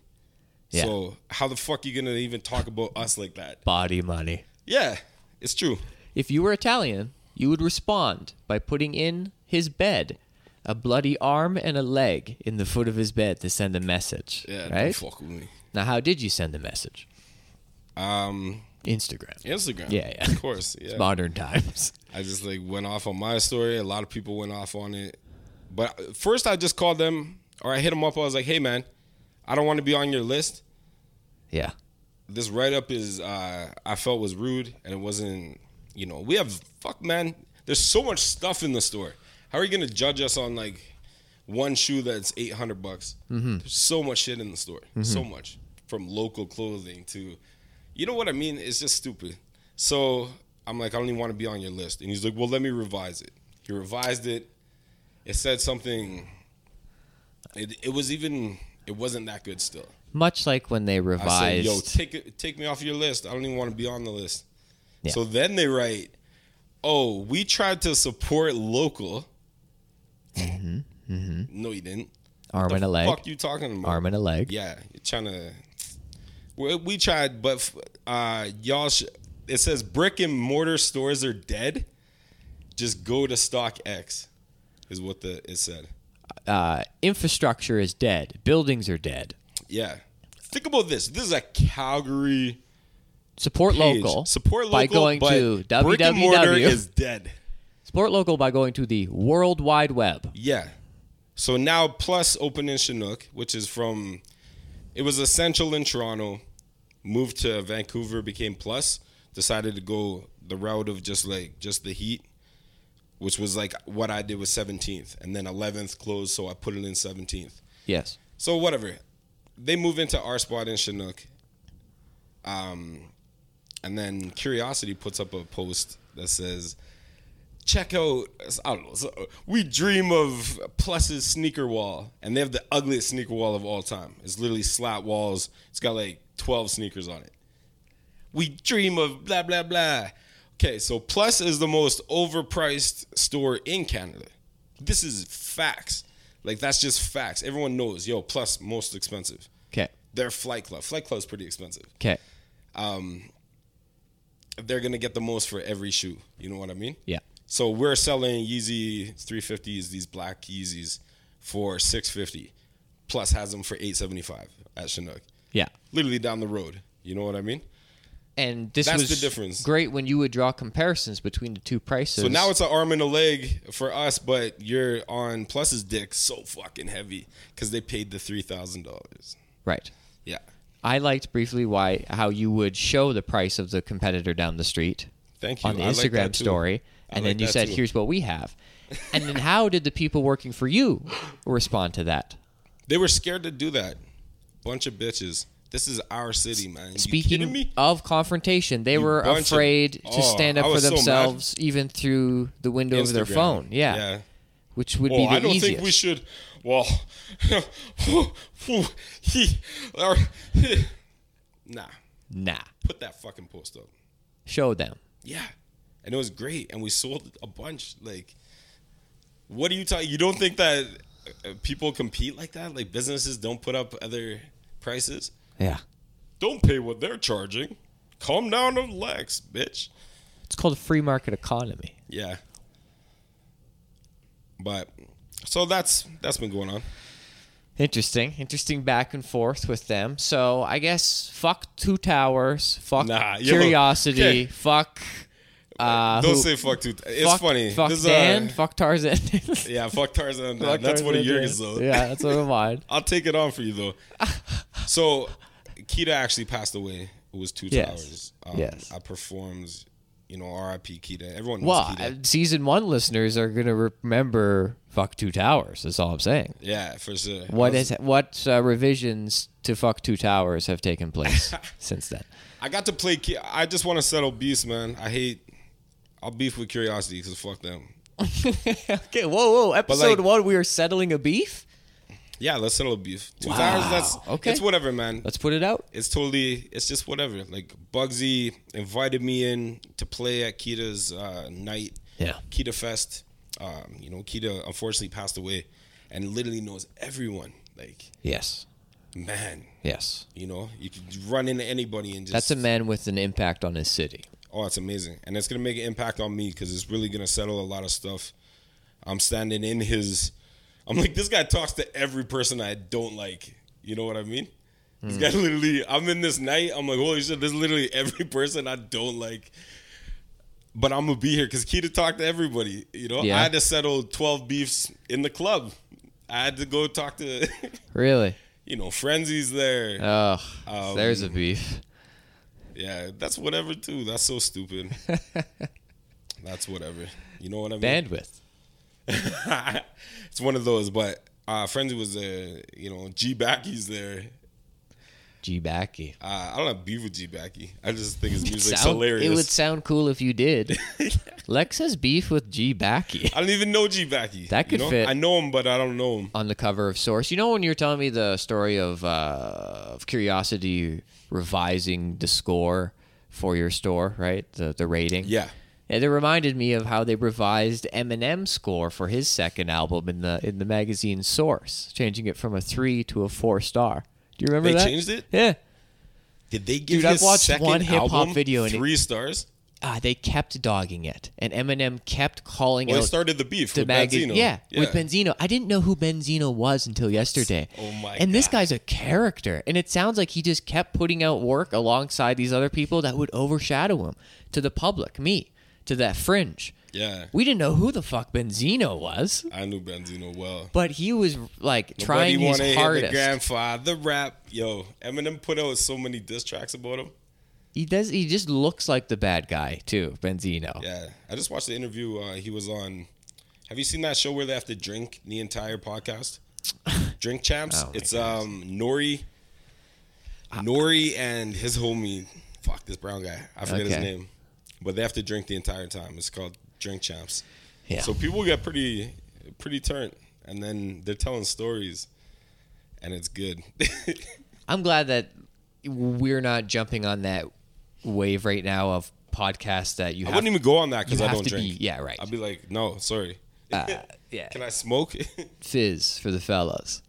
E: Yeah.
C: So how the fuck you gonna even talk about us like that?
E: Body money.
C: Yeah, it's true.
E: If you were Italian, you would respond by putting in his bed a bloody arm and a leg in the foot of his bed to send a message.
C: Yeah,
E: right?
C: don't fuck with me.
E: Now, how did you send the message?
C: Um,
E: Instagram.
C: Instagram.
E: Yeah, yeah.
C: Of course.
E: [laughs]
C: Yeah.
E: Modern times. [laughs]
C: I just like went off on my story. A lot of people went off on it. But uh, first, I just called them or I hit them up. I was like, hey, man, I don't want to be on your list.
E: Yeah.
C: This write up is, uh, I felt was rude and it wasn't, you know, we have, fuck, man, there's so much stuff in the store. How are you going to judge us on like one shoe that's 800 bucks? There's so much shit in the store. So much from local clothing to, you know what I mean? It's just stupid. So I'm like, I don't even want to be on your list. And he's like, well, let me revise it. He revised it. It said something. It, it was even. It wasn't that good still.
E: Much like when they revised.
C: I said, yo, take it- take me off your list. I don't even want to be on the list.
E: Yeah.
C: So then they write, oh, we tried to support local. No, you didn't.
E: Mm-hmm, arm and a leg.
C: Fuck you talking about?
E: Arm and a leg.
C: Yeah, you're trying to. We, we tried, but uh, y'all. Sh- it says brick and mortar stores are dead. Just go to Stock X, is what the it said.
E: Uh, infrastructure is dead. Buildings are dead.
C: Yeah. Think about this. This is a Calgary
E: Support
C: page.
E: local.
C: Support local
E: by going
C: but
E: to
C: brick and mortar
E: www.
C: is dead.
E: Support local by going to the World Wide Web.
C: Yeah. So now plus open in Chinook, which is from it was essential in Toronto, moved to Vancouver, became plus, decided to go the route of just like just the heat, which was like what I did with 17th and then 11th closed, so I put it in 17th.
E: Yes.
C: So whatever. They move into our spot in Chinook. Um and then Curiosity puts up a post that says check out I don't know. So we dream of Plus's sneaker wall, and they have the ugliest sneaker wall of all time. It's literally slat walls. It's got like twelve sneakers on it. We dream of blah blah blah. Okay, so Plus is the most overpriced store in Canada. This is facts. Like that's just facts. Everyone knows. Yo, Plus most expensive.
E: Okay.
C: Their Flight Club. Flight Club's pretty expensive.
E: Okay.
C: They're gonna get the most for every shoe. You know what I mean?
E: Yeah.
C: So we're selling Yeezy 350s, these black Yeezys, for 650. Plus has them for 875 at Chinook.
E: Yeah.
C: Literally down the road. You know what I mean?
E: And this
C: That's
E: was
C: the difference.
E: great when you would draw comparisons between the two prices.
C: So now it's an arm and a leg for us, but you're on Plus's dick so fucking heavy because they paid the $3,000.
E: right.
C: Yeah.
E: I liked briefly why how you would show the price of the competitor down the street
C: Thank you.
E: on the
C: I like
E: Instagram
C: that too.
E: story,
C: I
E: and
C: like
E: then you
C: that
E: said,
C: too.
E: "Here's what we have," and then how did the people working for
C: [laughs]
E: you respond to that?
C: They were scared to do that. Bunch of bitches. This is our city, man. You kidding
E: Speaking
C: me?
E: of confrontation, they were
C: bunch of-
E: afraid to
C: Oh,
E: stand up
C: I
E: for
C: was so mad.
E: themselves, even through the window of their
C: Instagram.
E: phone. Yeah,
C: Yeah.
E: which would
C: Well,
E: be the
C: I don't
E: easiest.
C: think we should. Well, [laughs] he, [laughs] or, nah,
E: Nah,
C: put that fucking post up.
E: show them.
C: Yeah, and it was great, and we sold a bunch. Like, what are you talking? You don't think that uh, people compete like that? Like businesses don't put up other prices?
E: Yeah,
C: Don't pay what they're charging. Calm down and relax, bitch.
E: it's called a free market economy.
C: Yeah. But so that's that's been going on.
E: Interesting, interesting back and forth with them. So I guess fuck two towers, fuck
C: Nah, yo,
E: curiosity,
C: okay.
E: fuck. Uh,
C: Don't
E: who-
C: say fuck too. It's
E: fuck-
C: funny.
E: Fuck
C: This is, uh,
E: Dan, fuck Tarzan.
C: [laughs]
E: [laughs]
C: Yeah, fuck Tarzan. and Dan.
E: Fuck
C: that's
E: Tarzan
C: one of
E: and Dan.
C: Jurgen's though.
E: Yeah, that's one of
C: [laughs]
E: mine.
C: I'll take it on for you though.
E: [laughs]
C: so, Kita actually passed away. It was two
E: Yes.
C: towers. Um,
E: Yes.
C: I performed. You know, R.I.P. Kita. Everyone knows
E: Well, uh,
C: Kita.
E: season one listeners are gonna remember "fuck two towers." That's all I'm saying.
C: Yeah, for sure.
E: What
C: I
E: is what uh, revisions to "fuck two towers" have taken [laughs] place since then?
C: I got to play. Ki- I just want to settle beefs, man. I hate. I'll beef with curiosity because fuck them.
E: okay, whoa, whoa! Episode
C: like-
E: one, we are settling a beef.
C: Yeah, let's settle beef. Two thousand. That's
E: Okay.
C: okay. It's whatever, man.
E: Let's put it out.
C: it's totally. It's just whatever. Like Bugsy invited me in to play at Kita's uh, night.
E: Yeah.
C: Kita Fest. Um, you know, Kita unfortunately passed away, and literally knows everyone. Like
E: Yes.
C: man,
E: Yes.
C: you know, you could run into anybody and just
E: That's a man with an impact on his city.
C: Oh, it's amazing, and it's gonna make an impact on me because it's really gonna settle a lot of stuff. I'm standing in his. I'm like this guy talks to every person I don't like. You know what I mean? This
E: Hmm.
C: guy literally. I'm in this night. I'm like, holy shit! This is literally [laughs] every person I don't like. But I'm gonna be here because Keita talked to everybody. You know,
E: Yeah.
C: I had to settle 12 beefs in the club. I had to go talk to, [laughs]
E: Really?
C: you know, frenzies there.
E: Oh,
C: Um,
E: there's a
C: [laughs]
E: beef.
C: Yeah, that's whatever too. That's
E: [laughs]
C: so stupid. that's whatever. You know what I mean?
E: Bandwidth.
C: it's one of those, but uh Frenzy was there, you know, G Backy's there.
E: G Backy.
C: Uh, I don't have beef with G Backy. I just
E: [laughs]
C: think his music's
E: Sound-
C: hilarious.
E: It would sound cool if you
C: [laughs]
E: did. Lex has beef with G Backy
C: I don't even know G Backy.
E: That could
C: you know?
E: fit.
C: I know him, but I don't know him.
E: on the cover of Source. You know when you were telling me the story of uh, of Curiosity revising the score for your store, right? The the rating.
C: Yeah.
E: And it reminded me of how they revised Eminem's score for his second album in the in the magazine Source, changing it from a three to a four star. Do you remember
C: They
E: that?
C: changed it?
E: Yeah.
C: Did they give
E: Dude, I've
C: his
E: watched
C: second
E: one hip-hop
C: album
E: video and it-
C: three stars?
E: Uh, they kept dogging it, and Eminem kept calling
C: Well, it
E: out
C: started the beef
E: the
C: with
E: magazine.
C: Benzino.
E: Yeah, with Benzino. I didn't know who Benzino was until yesterday.
C: oh my
E: And this
C: God.
E: guy's a character, and it sounds like he just kept putting out work alongside these other people that would overshadow him to the public, me, to that fringe.
C: Yeah.
E: We didn't know who the fuck Benzino was,
C: I knew Benzino well.
E: but he was like trying
C: Buddy
E: his
C: wanna hit
E: hardest.
C: The grandfather rap, yo. Eminem put out so many diss tracks about him.
E: he does. He just looks like the bad guy too, Benzino.
C: Yeah, I just watched the interview. Uh, he was on. Have you seen that show where they have to drink the entire podcast? Drink Champs.
E: Oh my
C: it's um Nori, Nori and his homie. Fuck this brown guy. I forget his
E: Okay.
C: name, but they have to drink the entire time. It's called Drink Champs.
E: Yeah.
C: So people get pretty, pretty turned, and then they're telling stories, and it's good. [laughs]
E: I'm glad that we're not jumping on that wave right now of podcasts that you
C: I
E: have
C: wouldn't even go on that because
E: you
C: I
E: have
C: don't
E: to
C: drink.
E: be- yeah, Uh, right.
C: I'd be like, no, sorry.
E: yeah.
C: [laughs] Can I smoke? [laughs]
E: fizz for the fellas.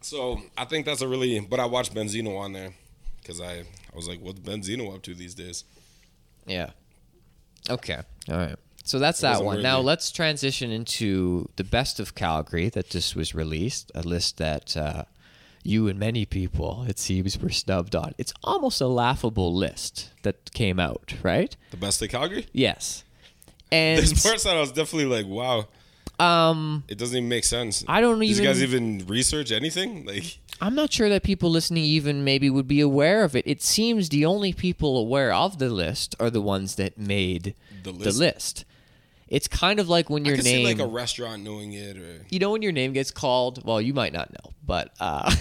C: So I think that's a really. But I watched Benzino on there because I I was like, what's Benzino up to these days?
E: Yeah. Okay. All right. So that's that
C: wasn't
E: one.
C: worthy.
E: Now let's transition into the best of Calgary that just was released, a list that uh, you and many people, it seems, were snubbed on. It's almost a laughable list that came out, right?
C: The best of Calgary. [laughs]
E: Yes. And
C: This part that I was definitely like, wow. Um, it doesn't even make sense.
E: I don't
C: Did
E: even-
C: you guys even research anything? Like,
E: I'm not sure that people listening even maybe would be aware of it. It seems the only people aware of the list are the ones that made the
C: The
E: list.
C: list?
E: It's kind of like when
C: I
E: your
C: could
E: name
C: see like a restaurant knowing it, or
E: you know when your name gets called well you might not know but uh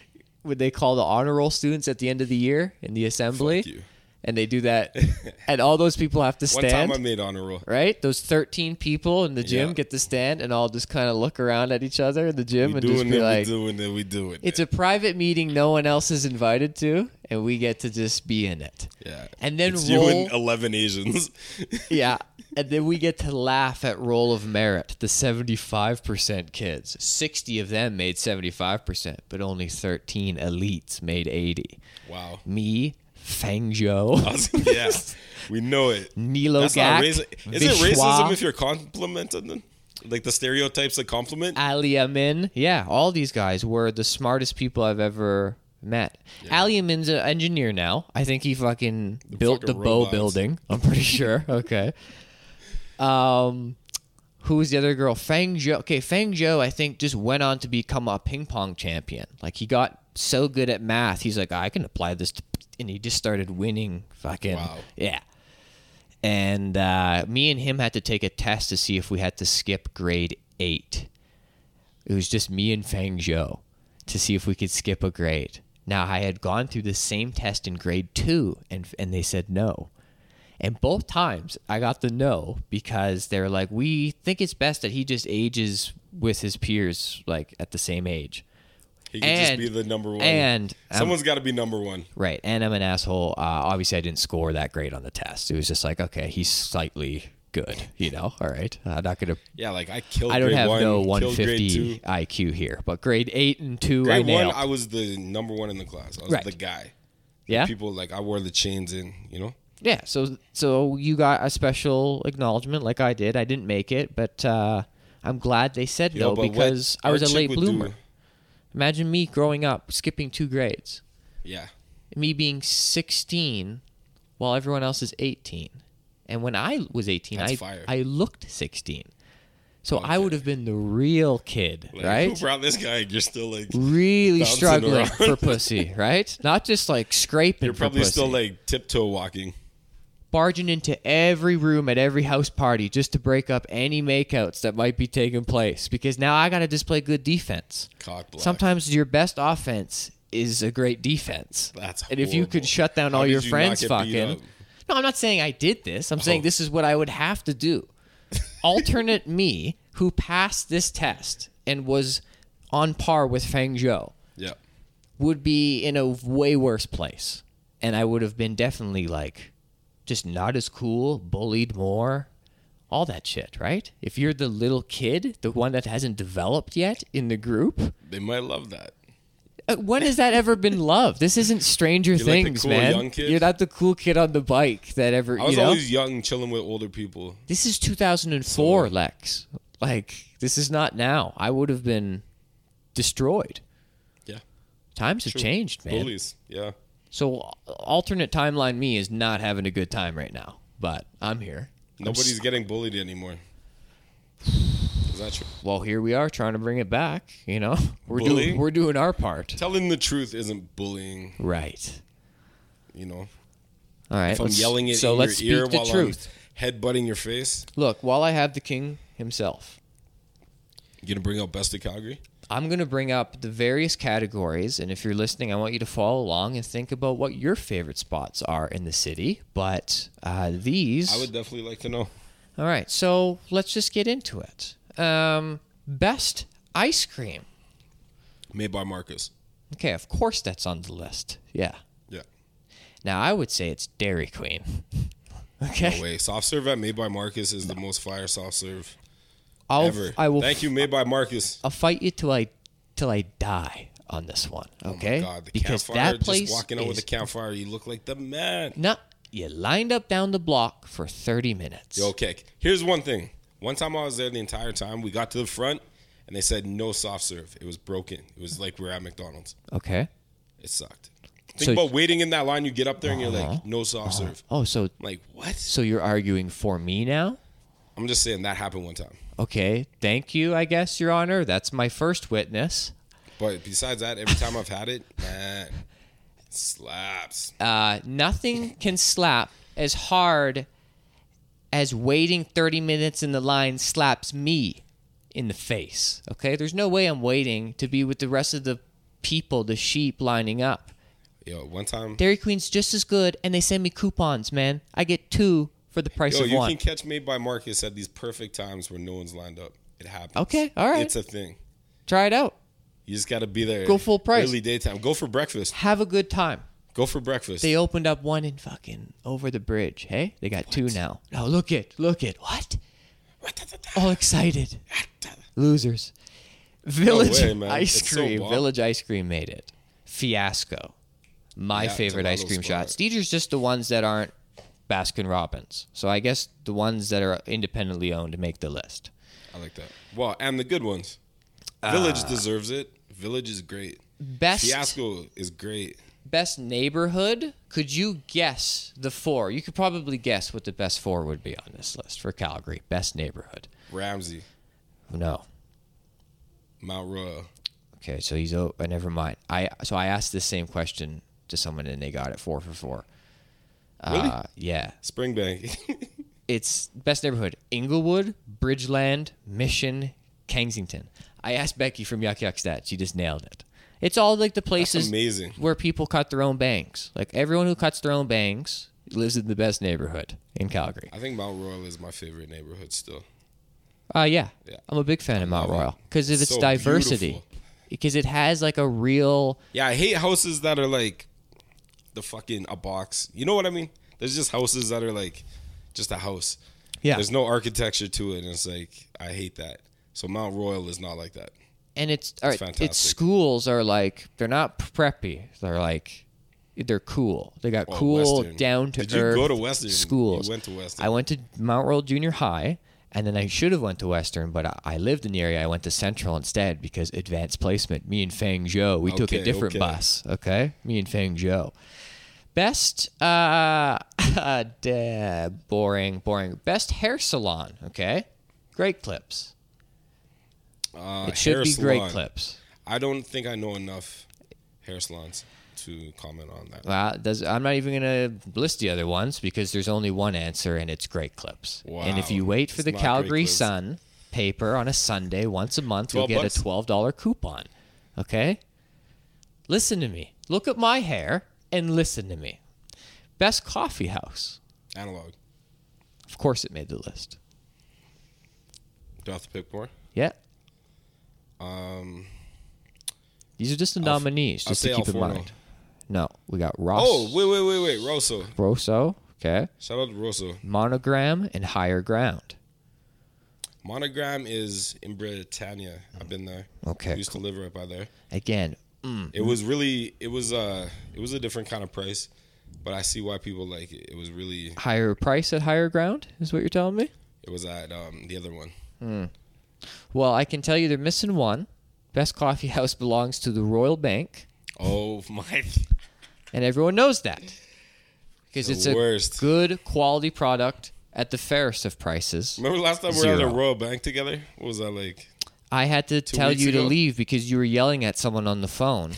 E: [laughs] would they call the honor roll students at the end of the year in the assembly
C: Fuck you.
E: and they do
C: [laughs]
E: that and all those people have to
C: one
E: stand
C: time I made honor roll.
E: right those 13 people in the gym
C: Yeah.
E: get to stand and all just kind of look around at each other in the gym
C: We
E: and just
C: doing
E: be
C: it,
E: like
C: we doing it, we doing
E: it's
C: it.
E: a private meeting no one else is invited to and we get to just be in it
C: yeah.
E: and then
C: It's
E: roll
C: you and eleven Asians. [laughs]
E: yeah. And then we get to laugh at Roll of Merit, the 75% kids. 60 of them made 75%, but only 13 elites made 80.
C: wow.
E: [laughs] Me, Fang
C: [laughs]
E: Zhou,
C: I was- yeah,
E: [laughs]
C: we know it.
E: Nilo
C: That's
E: Gak,
C: not raci- Is it racism if you're complimenting them? Like the stereotypes of compliment?
E: Ali Amin. Yeah, all these guys were the smartest people I've ever met. Ali Amin's an engineer now. I think he fucking built
C: fucking
E: the Bow
C: robots.
E: building. I'm pretty [laughs] sure. Okay. Um, who was the other girl? Fang Zhou. Okay, Fang Zhou, I think, just went on to become a ping pong champion. Like, he got so good at math. He's like, I can apply this. To, and he just started winning fucking.
C: Wow.
E: Yeah. And uh, me and him had to take a test to see if we had to skip grade eight. It was just me and Fang Zhou to see if we could skip a grade. Now, I had gone through the same test in grade two, and, and they said no. And both times I got the no because they're like, we think it's best that he just ages with his peers, like at the same age.
C: He could just
E: And-
C: be the number one.
E: and, um,
C: someone's got to be number one.
E: Right. And I'm an asshole. Uh, obviously, I didn't score that great on the test. It was just like, okay, he's slightly good, you know? All right. I'm not going to.
C: Yeah, like I killed.
E: I don't
C: grade
E: have
C: one,
E: no
C: killed
E: 150
C: Grade two.
E: IQ here, but grade eight and two, I
C: Grade one,
E: nailed.
C: I was the number one in the class. I was
E: Right.
C: the guy.
E: yeah,
C: People like I wore the chains in. You know.
E: yeah. So, so you got a special acknowledgement, like I did. I didn't make it, but uh, I'm glad they said
C: Yo,
E: no
C: but what
E: because I was
C: our
E: a
C: chick
E: late
C: would
E: bloomer.
C: do-
E: Imagine me growing up, skipping two grades,
C: Yeah.
E: me being 16, while everyone else is 18. And when I was 18,
C: That's
E: I
C: fire.
E: I looked 16. So I would have been the real kid,
C: Like, [laughs]
E: right?
C: Who brought this guy? You're still like.
E: really
C: Bouncing
E: struggling
C: around.
E: for pussy, [laughs] right? Not just like scraping.
C: You're probably
E: for pussy.
C: still like tiptoe walking.
E: barging into every room at every house party just to break up any makeouts that might be taking place. Because now I got to display good defense.
C: Cock block.
E: Sometimes your best offense is a great defense.
C: That's
E: and if you could
C: horrible.
E: shut down
C: How
E: all
C: did
E: your
C: you not
E: friends,
C: get beat
E: fucking.
C: up? Oh.
E: No, I'm not saying I did this. I'm saying this is what I would have to
C: [laughs]
E: do. Alternate me, who passed this test and was on par with Fang Zhou
C: Yeah.
E: would be in a way worse place. And I would have been definitely like just not as cool, bullied more, all that shit, right? If you're the little kid, the one that hasn't developed yet in the group,
C: They might love that.
E: uh, when has that ever been love? This isn't Stranger
C: the
E: Things,
C: cool
E: man.
C: young kid?
E: You're not the cool kid on the bike that ever,
C: I was
E: you know?
C: always young, chilling with older people.
E: This is 2004, Lex. Like, this is not now. I would have been destroyed.
C: Yeah.
E: Times have changed, man.
C: Bullies. Yeah.
E: So alternate timeline me is not having a good time right now, but I'm here. I'm
C: Nobody's
E: s-
C: getting bullied anymore. Is that true?
E: well, here we are trying to bring it back. You know, [laughs] we're doing
C: Bullying?
E: we're doing our part.
C: Telling the truth isn't bullying,
E: Right.
C: you know.
E: All right.
C: If I'm
E: Eh, let's-
C: yelling it
E: so
C: in
E: let's
C: your ear
E: speak
C: while
E: the truth.
C: I'm headbutting your face,
E: Look, while I have the king himself,
C: you gonna bring up Best of Calgary?
E: I'm going to bring up the various categories. And if you're listening, I want you to follow along and think about what your favorite spots are in the city. But uh, these.
C: I would definitely like to know.
E: All right, so let's just get into it. Um, best ice cream.
C: Made by Marcus.
E: Okay, of course that's on the list. Yeah.
C: Yeah.
E: Now I would say it's Dairy Queen. [laughs] Okay.
C: No way. Soft serve at Made by Marcus is the most fire soft serve
E: I'll
C: ever.
E: Oh, I will
C: Thank you, Made by Marcus.
E: I'll fight you till I till I die on this one. Okay.
C: Oh God,
E: Eh?
C: the
E: because
C: campfire.
E: that place
C: just walking out with
E: is
C: a campfire, you look like the man.
E: not. You lined up down the block for thirty minutes.
C: Yo, okay. Here's one thing. One time I was there the entire time. We got to the front, and they said no soft serve. It was broken. It was like we were at McDonald's.
E: Okay.
C: It sucked. Think
E: So- Uh-huh.
C: about waiting in that line. You get up there and you're like, no soft serve.
E: Oh, so
C: I'm like, what?
E: so you're arguing for me now?
C: I'm just saying that happened one time.
E: Okay. Thank you. I guess, Your Honor. That's my first witness.
C: But besides that, every time I've had it, [laughs] man, it slaps.
E: uh, nothing can slap as hard as waiting 30 minutes in the line slaps me in the face. Okay? There's no way I'm waiting to be with the rest of the people, the sheep lining up.
C: Yo, one time.
E: Dairy Queen's just as good, and they send me coupons, man. I get two for the price
C: Yo,
E: of
C: you
E: one.
C: can catch Made by Marcus at these perfect times where no one's lined up. It happens.
E: Okay, all right.
C: It's a thing.
E: Try it out.
C: You just got to be there.
E: Go full price.
C: Early daytime. Go for breakfast.
E: Have a good time.
C: Go for breakfast.
E: They opened up one in fucking over the bridge. Hey, they got two now. No, look it, look it. What? All excited. Losers. Village
C: way, man.
E: ice
C: It's so
E: cream.
C: bomb.
E: Village ice cream made it. Fiasco. My
C: Yeah,
E: favorite ice
C: Toronto's
E: cream
C: fire.
E: shots. These are just the ones that aren't Baskin Robbins. So I guess the ones that are independently owned make the list.
C: I like that. Well, and the good ones. Village deserves it. Village is great.
E: Ah. Best
C: Fiasco is great.
E: best neighborhood. Could you guess the four? You could probably guess what the best four would be on this list for Calgary. Best neighborhood.
C: Ramsey,
E: No.
C: Mount Royal.
E: Okay, so he's oh, uh, never mind. I so I asked the same question to someone and they got it four for four.
C: Really?
E: Uh, yeah,
C: [laughs] Springbank.
E: it's best neighborhood: Inglewood, Bridgeland, Mission, Kensington. I asked Becky from Yuck Yuck Stats. She just nailed it. It's all like the places
C: amazing.
E: where people cut their own bangs. Like everyone who cuts their own bangs lives in the best neighborhood in Calgary.
C: I think Mount Royal is my favorite neighborhood still.
E: Uh, yeah.
C: Yeah.
E: I'm a big fan of Mount
C: love it.
E: Royal because of its
C: So
E: diversity.
C: beautiful.
E: because it has like a real
C: Yeah, I hate houses that are like the fucking a box. You know what I mean? There's just houses that are like just a house.
E: yeah.
C: There's no architecture to it, and it's like I hate that. So Mount Royal is not like that.
E: and it's all right,
C: fantastic.
E: its schools are like they're not preppy. They're like they're cool. They got
C: Oh,
E: cool
C: Western.
E: down to
C: Did you go to
E: earth
C: Western? You
E: schools.
C: went to Western.
E: I went to Mount Royal Junior High, and then I should have went to Western, but I, I lived in the area. I went to Central instead because advanced placement. Me and Fang Zhou, we took a
C: Okay,
E: different
C: okay.
E: bus. Okay, me and Fang Zhou. Best uh, [laughs] duh, boring, boring. Best hair salon. Okay, great clips.
C: Uh,
E: It should
C: hair
E: be great
C: salon.
E: clips.
C: I don't think I know enough hair salons to comment on that.
E: Well, does, I'm not even going to list the other ones because there's only one answer, and it's great clips. And if
C: Wow.
E: you wait for
C: It's
E: the
C: not Great
E: Calgary
C: Clips.
E: Sun paper on a Sunday once a month, you'll
C: 12
E: get
C: bucks?
E: a $12 coupon. Okay? Listen to me. Look at my hair and listen to me. Best coffee house.
C: Analog.
E: Of course, it made the list.
C: Do I have to pick more?
E: Yeah.
C: Um,
E: These are just the nominees,
C: I'll
E: just
C: say
E: to keep
C: Al
E: in
C: Forno.
E: mind. No, we got Ross,
C: oh, wait, wait, wait, wait. Rosso.
E: Rosso, okay,
C: Shout out to Rosso.
E: Monogram, and Higher Ground.
C: Monogram is in Britannia. I've been there.
E: Okay,
C: used to live right by there.
E: Again,
C: It was really, it was uh, it was a different kind of price, but I see why people like it. It was really,
E: higher price at higher ground is what you're telling me
C: it was at um the other one.
E: well i can tell you they're missing one best coffee house belongs to the royal bank
C: Oh [laughs] my!
E: and everyone knows that because
C: The
E: it's a
C: worst.
E: good quality product at the fairest of prices
C: Remember last time we were at the
E: Zero.
C: Royal Bank together? What was that like?
E: i had to tell
C: weeks
E: you to
C: ago.
E: leave because you were yelling at someone on the
C: [laughs]
E: phone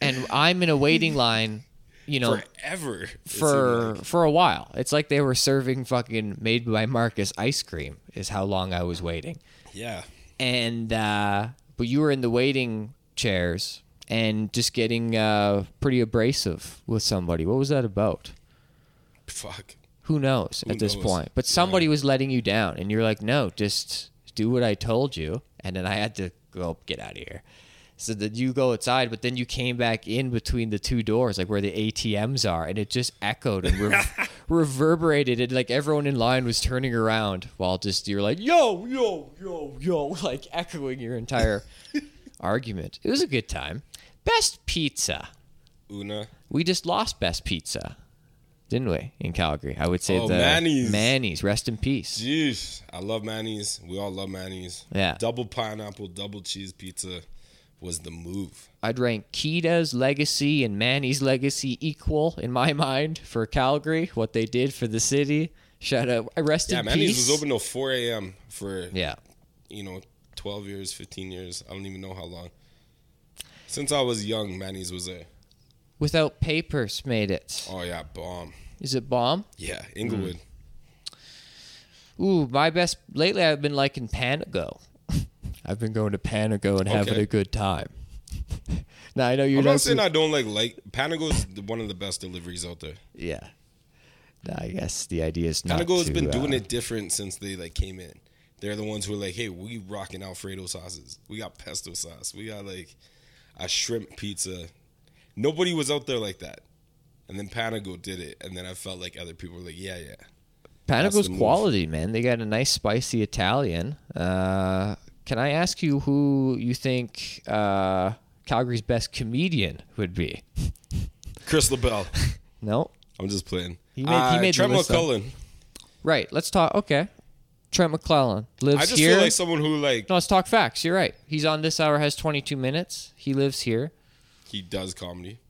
E: and i'm in a waiting line you
C: Oh.
E: know
C: Forever. it seemed
E: for
C: like.
E: for a while. It's like they were serving fucking made by Marcus ice cream is how long I was waiting.
C: yeah,
E: and uh, but you were in the waiting chairs and just getting uh, pretty abrasive with somebody. What was that about?
C: fuck.
E: Who knows at this
C: knows?
E: point? But somebody was letting you down, and you're like, "No, just do what I told you." And then I had to go get out of here. So then you go outside, but then you came back in between the two doors, like where the ATMs are, and it just echoed and re- reverberated, and like everyone in line was turning around while just you're like, "Yo, yo, yo, yo," [laughs] like echoing your entire argument. It was a good time. Best pizza.
C: Una.
E: We just lost Best Pizza, didn't we, in Calgary? I would say
C: Oh,
E: the
C: Manny's.
E: Manny's, rest in peace.
C: Jeez, I love Manny's. We all love Manny's.
E: Yeah.
C: Double pineapple, double cheese pizza was the move.
E: I'd rank Kita's legacy and Manny's legacy equal in my mind for Calgary, what they did for the city. Shout out, Uh, rest
C: Yeah,
E: in
C: Manny's
E: peace.
C: was open till 4 a.m. for
E: Yeah,
C: you know 12 years, 15 years. I don't even know how long. Since I was young, Manny's was a
E: without papers made it.
C: oh yeah bomb.
E: Is it bomb?
C: Yeah, Inglewood.
E: Mm. Ooh, my best lately. I've been liking Panago. [laughs] I've been going to Panago and having
C: Okay.
E: a good time. [laughs] now I know you're
C: I'm
E: not
C: not saying
E: su-
C: I don't like like Panago's the- one of the best deliveries out there.
E: Yeah. No, I guess the idea is not.
C: Panago's
E: to,
C: been doing
E: uh,
C: it different since they like came in. They're the ones who are like, hey, we rocking Alfredo sauces. We got pesto sauce. We got like a shrimp pizza. Nobody was out there like that. And then Panago did it. And then I felt like other people were like, yeah, yeah.
E: Panago's
C: the move.
E: quality, man. They got a nice spicy Italian. Uh, can I ask you who you think uh, Calgary's best comedian would be? [laughs]
C: Chris LaBelle.
E: No,
C: I'm just playing. Uh,
E: He made- he made the
C: Trent
E: list, though.
C: McCullen.
E: right. Let's talk. Okay, Trent McClellan lives
C: I just
E: here.
C: feel like someone who like
E: no, let's talk facts. You're right. He's on this hour. Has 22 minutes. He lives here.
C: he does comedy.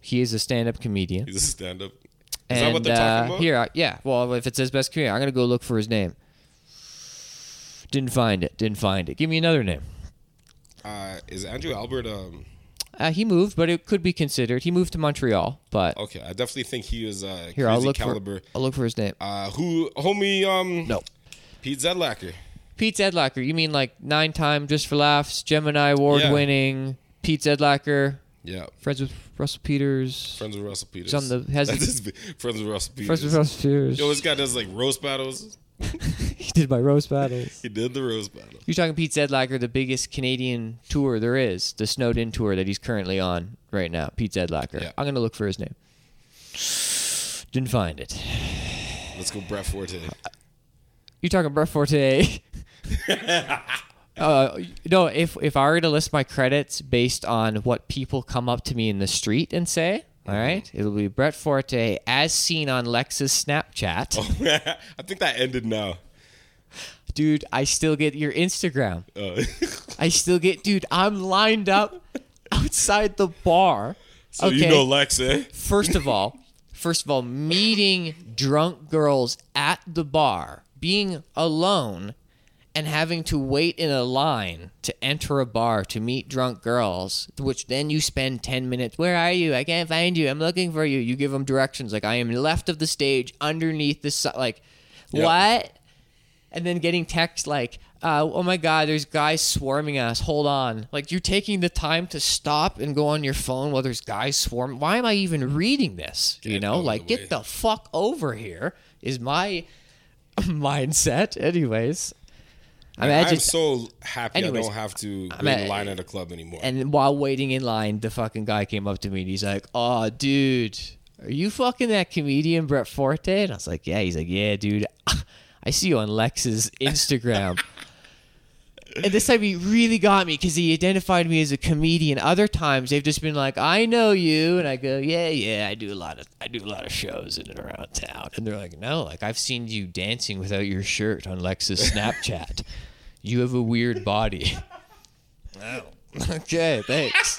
E: He is a stand-up comedian.
C: He's a stand up. Is
E: and,
C: that what they're talking
E: uh,
C: about?
E: Here, I- yeah. Well, if it says best comedian, I'm gonna go look for his name. Didn't find it. Didn't find it. Give me another name.
C: Uh, is Andrew Albert um
E: Uh, he moved, but it could be considered. He moved to Montreal, but
C: okay, I definitely think he is uh
E: here
C: crazy
E: I'll look
C: caliber.
E: for. I'll look for his name.
C: uh who homie um
E: No.
C: Pete Zedlacker.
E: Pete Zedlacker. You mean like nine-time Just for Laughs Gemini Award-winning Pete Zedlacker,
C: Yeah.
E: friends with Russell Peters.
C: Friends with Russell Peters.
E: It's
C: [laughs]
E: on the- has
C: That's
E: it-
C: his- friends with Russell Peters.
E: Friends with Russell Peters.
C: Yo, this guy does like roast battles.
E: [laughs] He did my roast battles.
C: He did the rose battle.
E: You're talking Pete Zedlacker, the biggest Canadian tour there is, the Snowden tour that he's currently on right now. Pete Zedlacker.
C: Yeah.
E: I'm gonna look for his name. Didn't find it.
C: Let's go
E: [laughs]
C: Brett Forte. [laughs]
E: You're talking Brett Forte. uh, no, if if I were to list my credits based on what people come up to me in the street and say, all right, it'll be Brett Forte as seen on Lex's Snapchat.
C: Oh. I think that ended now.
E: Dude, I still get your Instagram.
C: Uh, [laughs]
E: I still get, dude, I'm lined up outside the bar.
C: so you know Lex, eh?
E: first of all, first of all, meeting drunk girls at the bar, being alone, and having to wait in a line to enter a bar to meet drunk girls, which then you spend 10 minutes. Where are you? I can't find you. I'm looking for you. You give them directions like, I am left of the stage, underneath the si-" Like, what? And then getting texts like, uh, oh my God, there's guys swarming us. Hold on. Like, you're taking the time to stop and go on your phone while there's guys swarm. Why am I even reading this? you know,
C: out of
E: like,
C: the
E: get
C: way.
E: the fuck over here is my [laughs] mindset, anyways. I mean, I
C: I'm
E: just,
C: so happy
E: Anyways,
C: I don't have to wait
E: at-
C: in line at a club anymore.
E: and while waiting in line, the fucking guy came up to me and he's like, "Oh, dude, are you fucking that comedian Brett Forte?" And I was like, "Yeah." He's like, "Yeah, dude, [laughs] I see you on Lex's Instagram." and this time he really got me because he identified me as a comedian. Other times they've just been like, "I know you," and I go, "Yeah, yeah, I do a lot of I do a lot of shows in and around town." And they're like, "No, like I've seen you dancing without your shirt on Lex's Snapchat. you have a weird body." [laughs] Okay, thanks.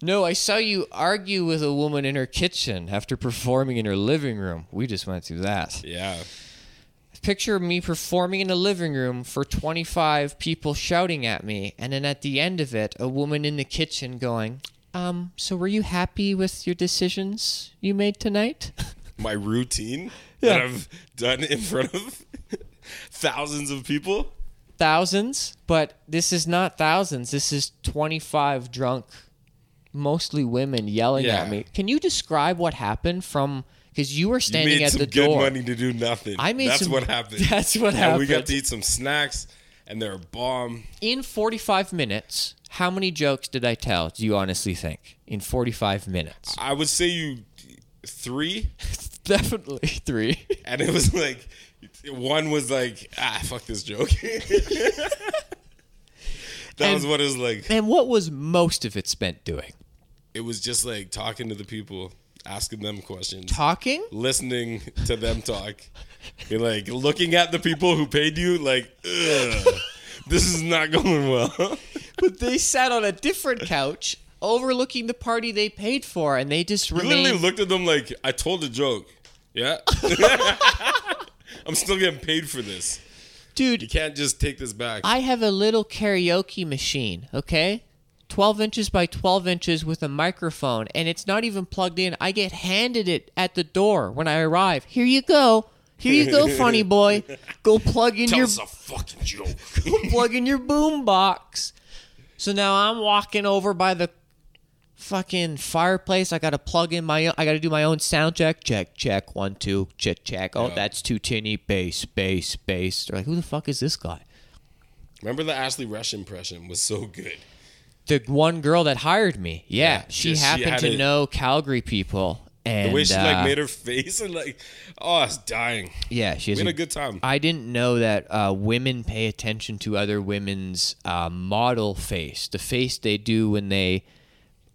E: No, I saw you argue with a woman in her kitchen after performing in her living room. We just went through that.
C: yeah.
E: Picture me performing in a living room for 25 people shouting at me, and then at the end of it, a woman in the kitchen going, um, so were you happy with your decisions you made tonight?
C: My routine that
E: Yeah.
C: I've done in front of [laughs] thousands of people.
E: thousands, but this is not thousands. This is 25 drunk, mostly women yelling at
C: Yeah.
E: me. Can you describe what happened from because you were
C: You
E: standing
C: made
E: at
C: some
E: the
C: good
E: door?
C: money to do nothing.
E: I made
C: that's
E: some-
C: what happened.
E: [laughs] That's what
C: And we
E: happened.
C: got to eat some snacks and they're a bomb.
E: In 45 minutes, how many jokes did I tell? Do you honestly think in 45 minutes? [laughs]
C: I would say you three,
E: Definitely three. [laughs]
C: and it was like one was like, ah, fuck this joke. [laughs] that was
E: And-
C: what it was like.
E: and what was most of it spent doing?
C: It was just like talking to the people, asking them questions,
E: Talking?
C: listening to them talk. You're like looking at the people who paid you, like, Ugh, this is not going well. [laughs]
E: But they sat on a different couch overlooking the party they paid for and they just
C: I literally
E: remained
C: looked at them like, I told a joke. Yeah. [laughs] I'm still getting paid for this.
E: dude
C: You can't just take this back.
E: I have a little karaoke machine, okay? 12 inches by 12 inches with a microphone, and it's not even plugged in. I get handed it at the door when I arrive. Here you go. Here you go, funny boy. Go plug in
C: Tell
E: your
C: us a fucking joke.
E: plug in your boom box. So now I'm walking over by the fucking fireplace. I gotta plug in my I gotta do my own sound check. Check, check, one, two, check, check. Oh, that's too tinny. Bass, bass, bass. They're like, who the fuck is this guy?
C: [laughs] Remember the Ashley Rush impression was so good.
E: the one girl that hired me. Yeah,
C: Yeah,
E: she
C: just- she
E: happened
C: had
E: to
C: a-
E: know Calgary people, and
C: The way she like
E: uh,
C: made her face and like, oh, I was dying.
E: yeah, she
C: We
E: has
C: had
E: a-
C: a good time.
E: I didn't know that uh, women pay attention to other women's uh, model face, the face they do when they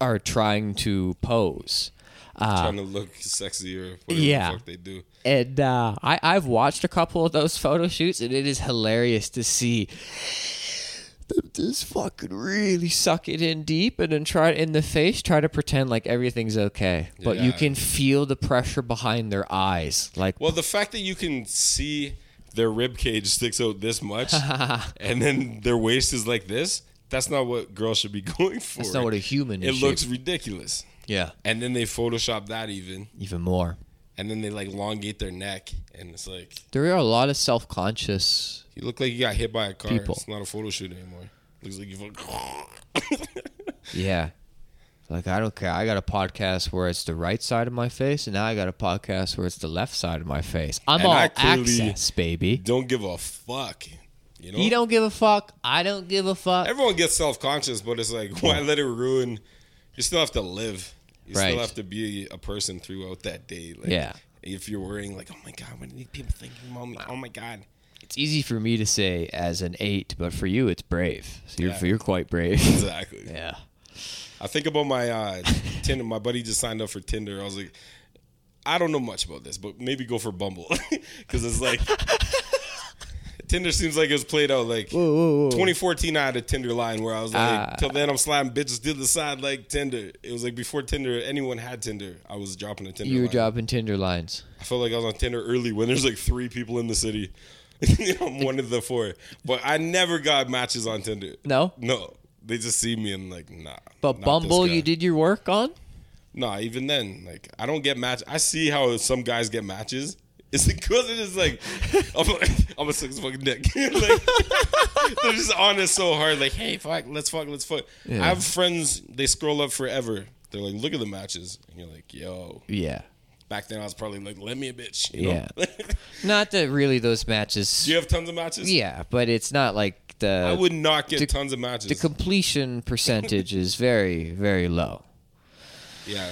E: are trying to pose.
C: trying to look sexy or whatever
E: Uh, Yeah.
C: the fuck they do.
E: And uh, I, I've watched a couple of those photo shoots, and it is hilarious to see them just fucking really suck it in deep, and then try in the face, try to pretend like everything's okay, but you
C: Yeah.
E: can feel the pressure behind their eyes. Like,
C: Well, the fact that you can see their rib cage sticks out
E: [laughs]
C: this much and then their waist is like this, that's not what girls should be [laughs] going for.
E: that's not what a human
C: It
E: is.
C: looks
E: shaped.
C: ridiculous.
E: yeah,
C: And then they Photoshop that even.
E: even more.
C: And then they like elongate their neck. And it's like,
E: There are a lot of self-conscious.
C: you look like you got hit by a car.
E: People.
C: It's not a photo shoot anymore. Looks like you fucking.
E: Yeah, Like I don't care. I got a podcast where it's the right side of my face, and now I got a podcast where it's the left side of my face. I'm
C: And
E: all
C: I clearly-
E: access, baby.
C: [laughs] Don't give a fuck. You know?
E: You don't give a fuck. I don't give a fuck.
C: Everyone gets self conscious, but it's like, why let it ruin? You still have to live. You
E: Right.
C: still have to be a person throughout that day. Like,
E: Yeah.
C: If you're worrying, like, oh my God, what do these people thinking about me? Oh my God.
E: it's easy for me to say as an eight, but for you, it's brave. So you're
C: Yeah.
E: you're quite brave. [laughs]
C: Exactly.
E: yeah.
C: I think about my uh, Tinder. My buddy just signed up for Tinder. I was like, I don't know much about this, but maybe go for Bumble [laughs] because it's like Tinder seems like it was played out like 2014. I had a Tinder line where I was like,
E: Ah.
C: till then I'm slamming bitches to the side like Tinder. It was like before Tinder, anyone had Tinder. I was dropping a Tinder.
E: You were
C: line.
E: dropping Tinder lines.
C: I felt like I was on Tinder early when there's like three people in the city. [laughs] I'm one of the four, but I never got matches on Tinder.
E: No?
C: no, they just see me and like nah. not
E: But
C: this
E: Bumble,
C: guy.
E: you did your work on?
C: Nah, even then, like I don't get match. I see how some guys get matches. It's [laughs] because it is
E: [laughs]
C: like I'm, I'm a six fucking dick. [laughs] like, they're just on it so hard. Like, hey, fuck, let's fuck, let's fuck. I have friends. They scroll up forever. They're like, look at the matches, and you're like, yo.
E: Yeah.
C: Back then, I was probably like, let me a bitch. You
E: Yeah.
C: Know?
E: Not that really those matches.
C: [laughs] Do you have tons of matches?
E: Yeah, but it's not like the
C: I would not get
E: To-
C: tons of matches.
E: the
C: [laughs]
E: completion percentage is very very low.
C: yeah.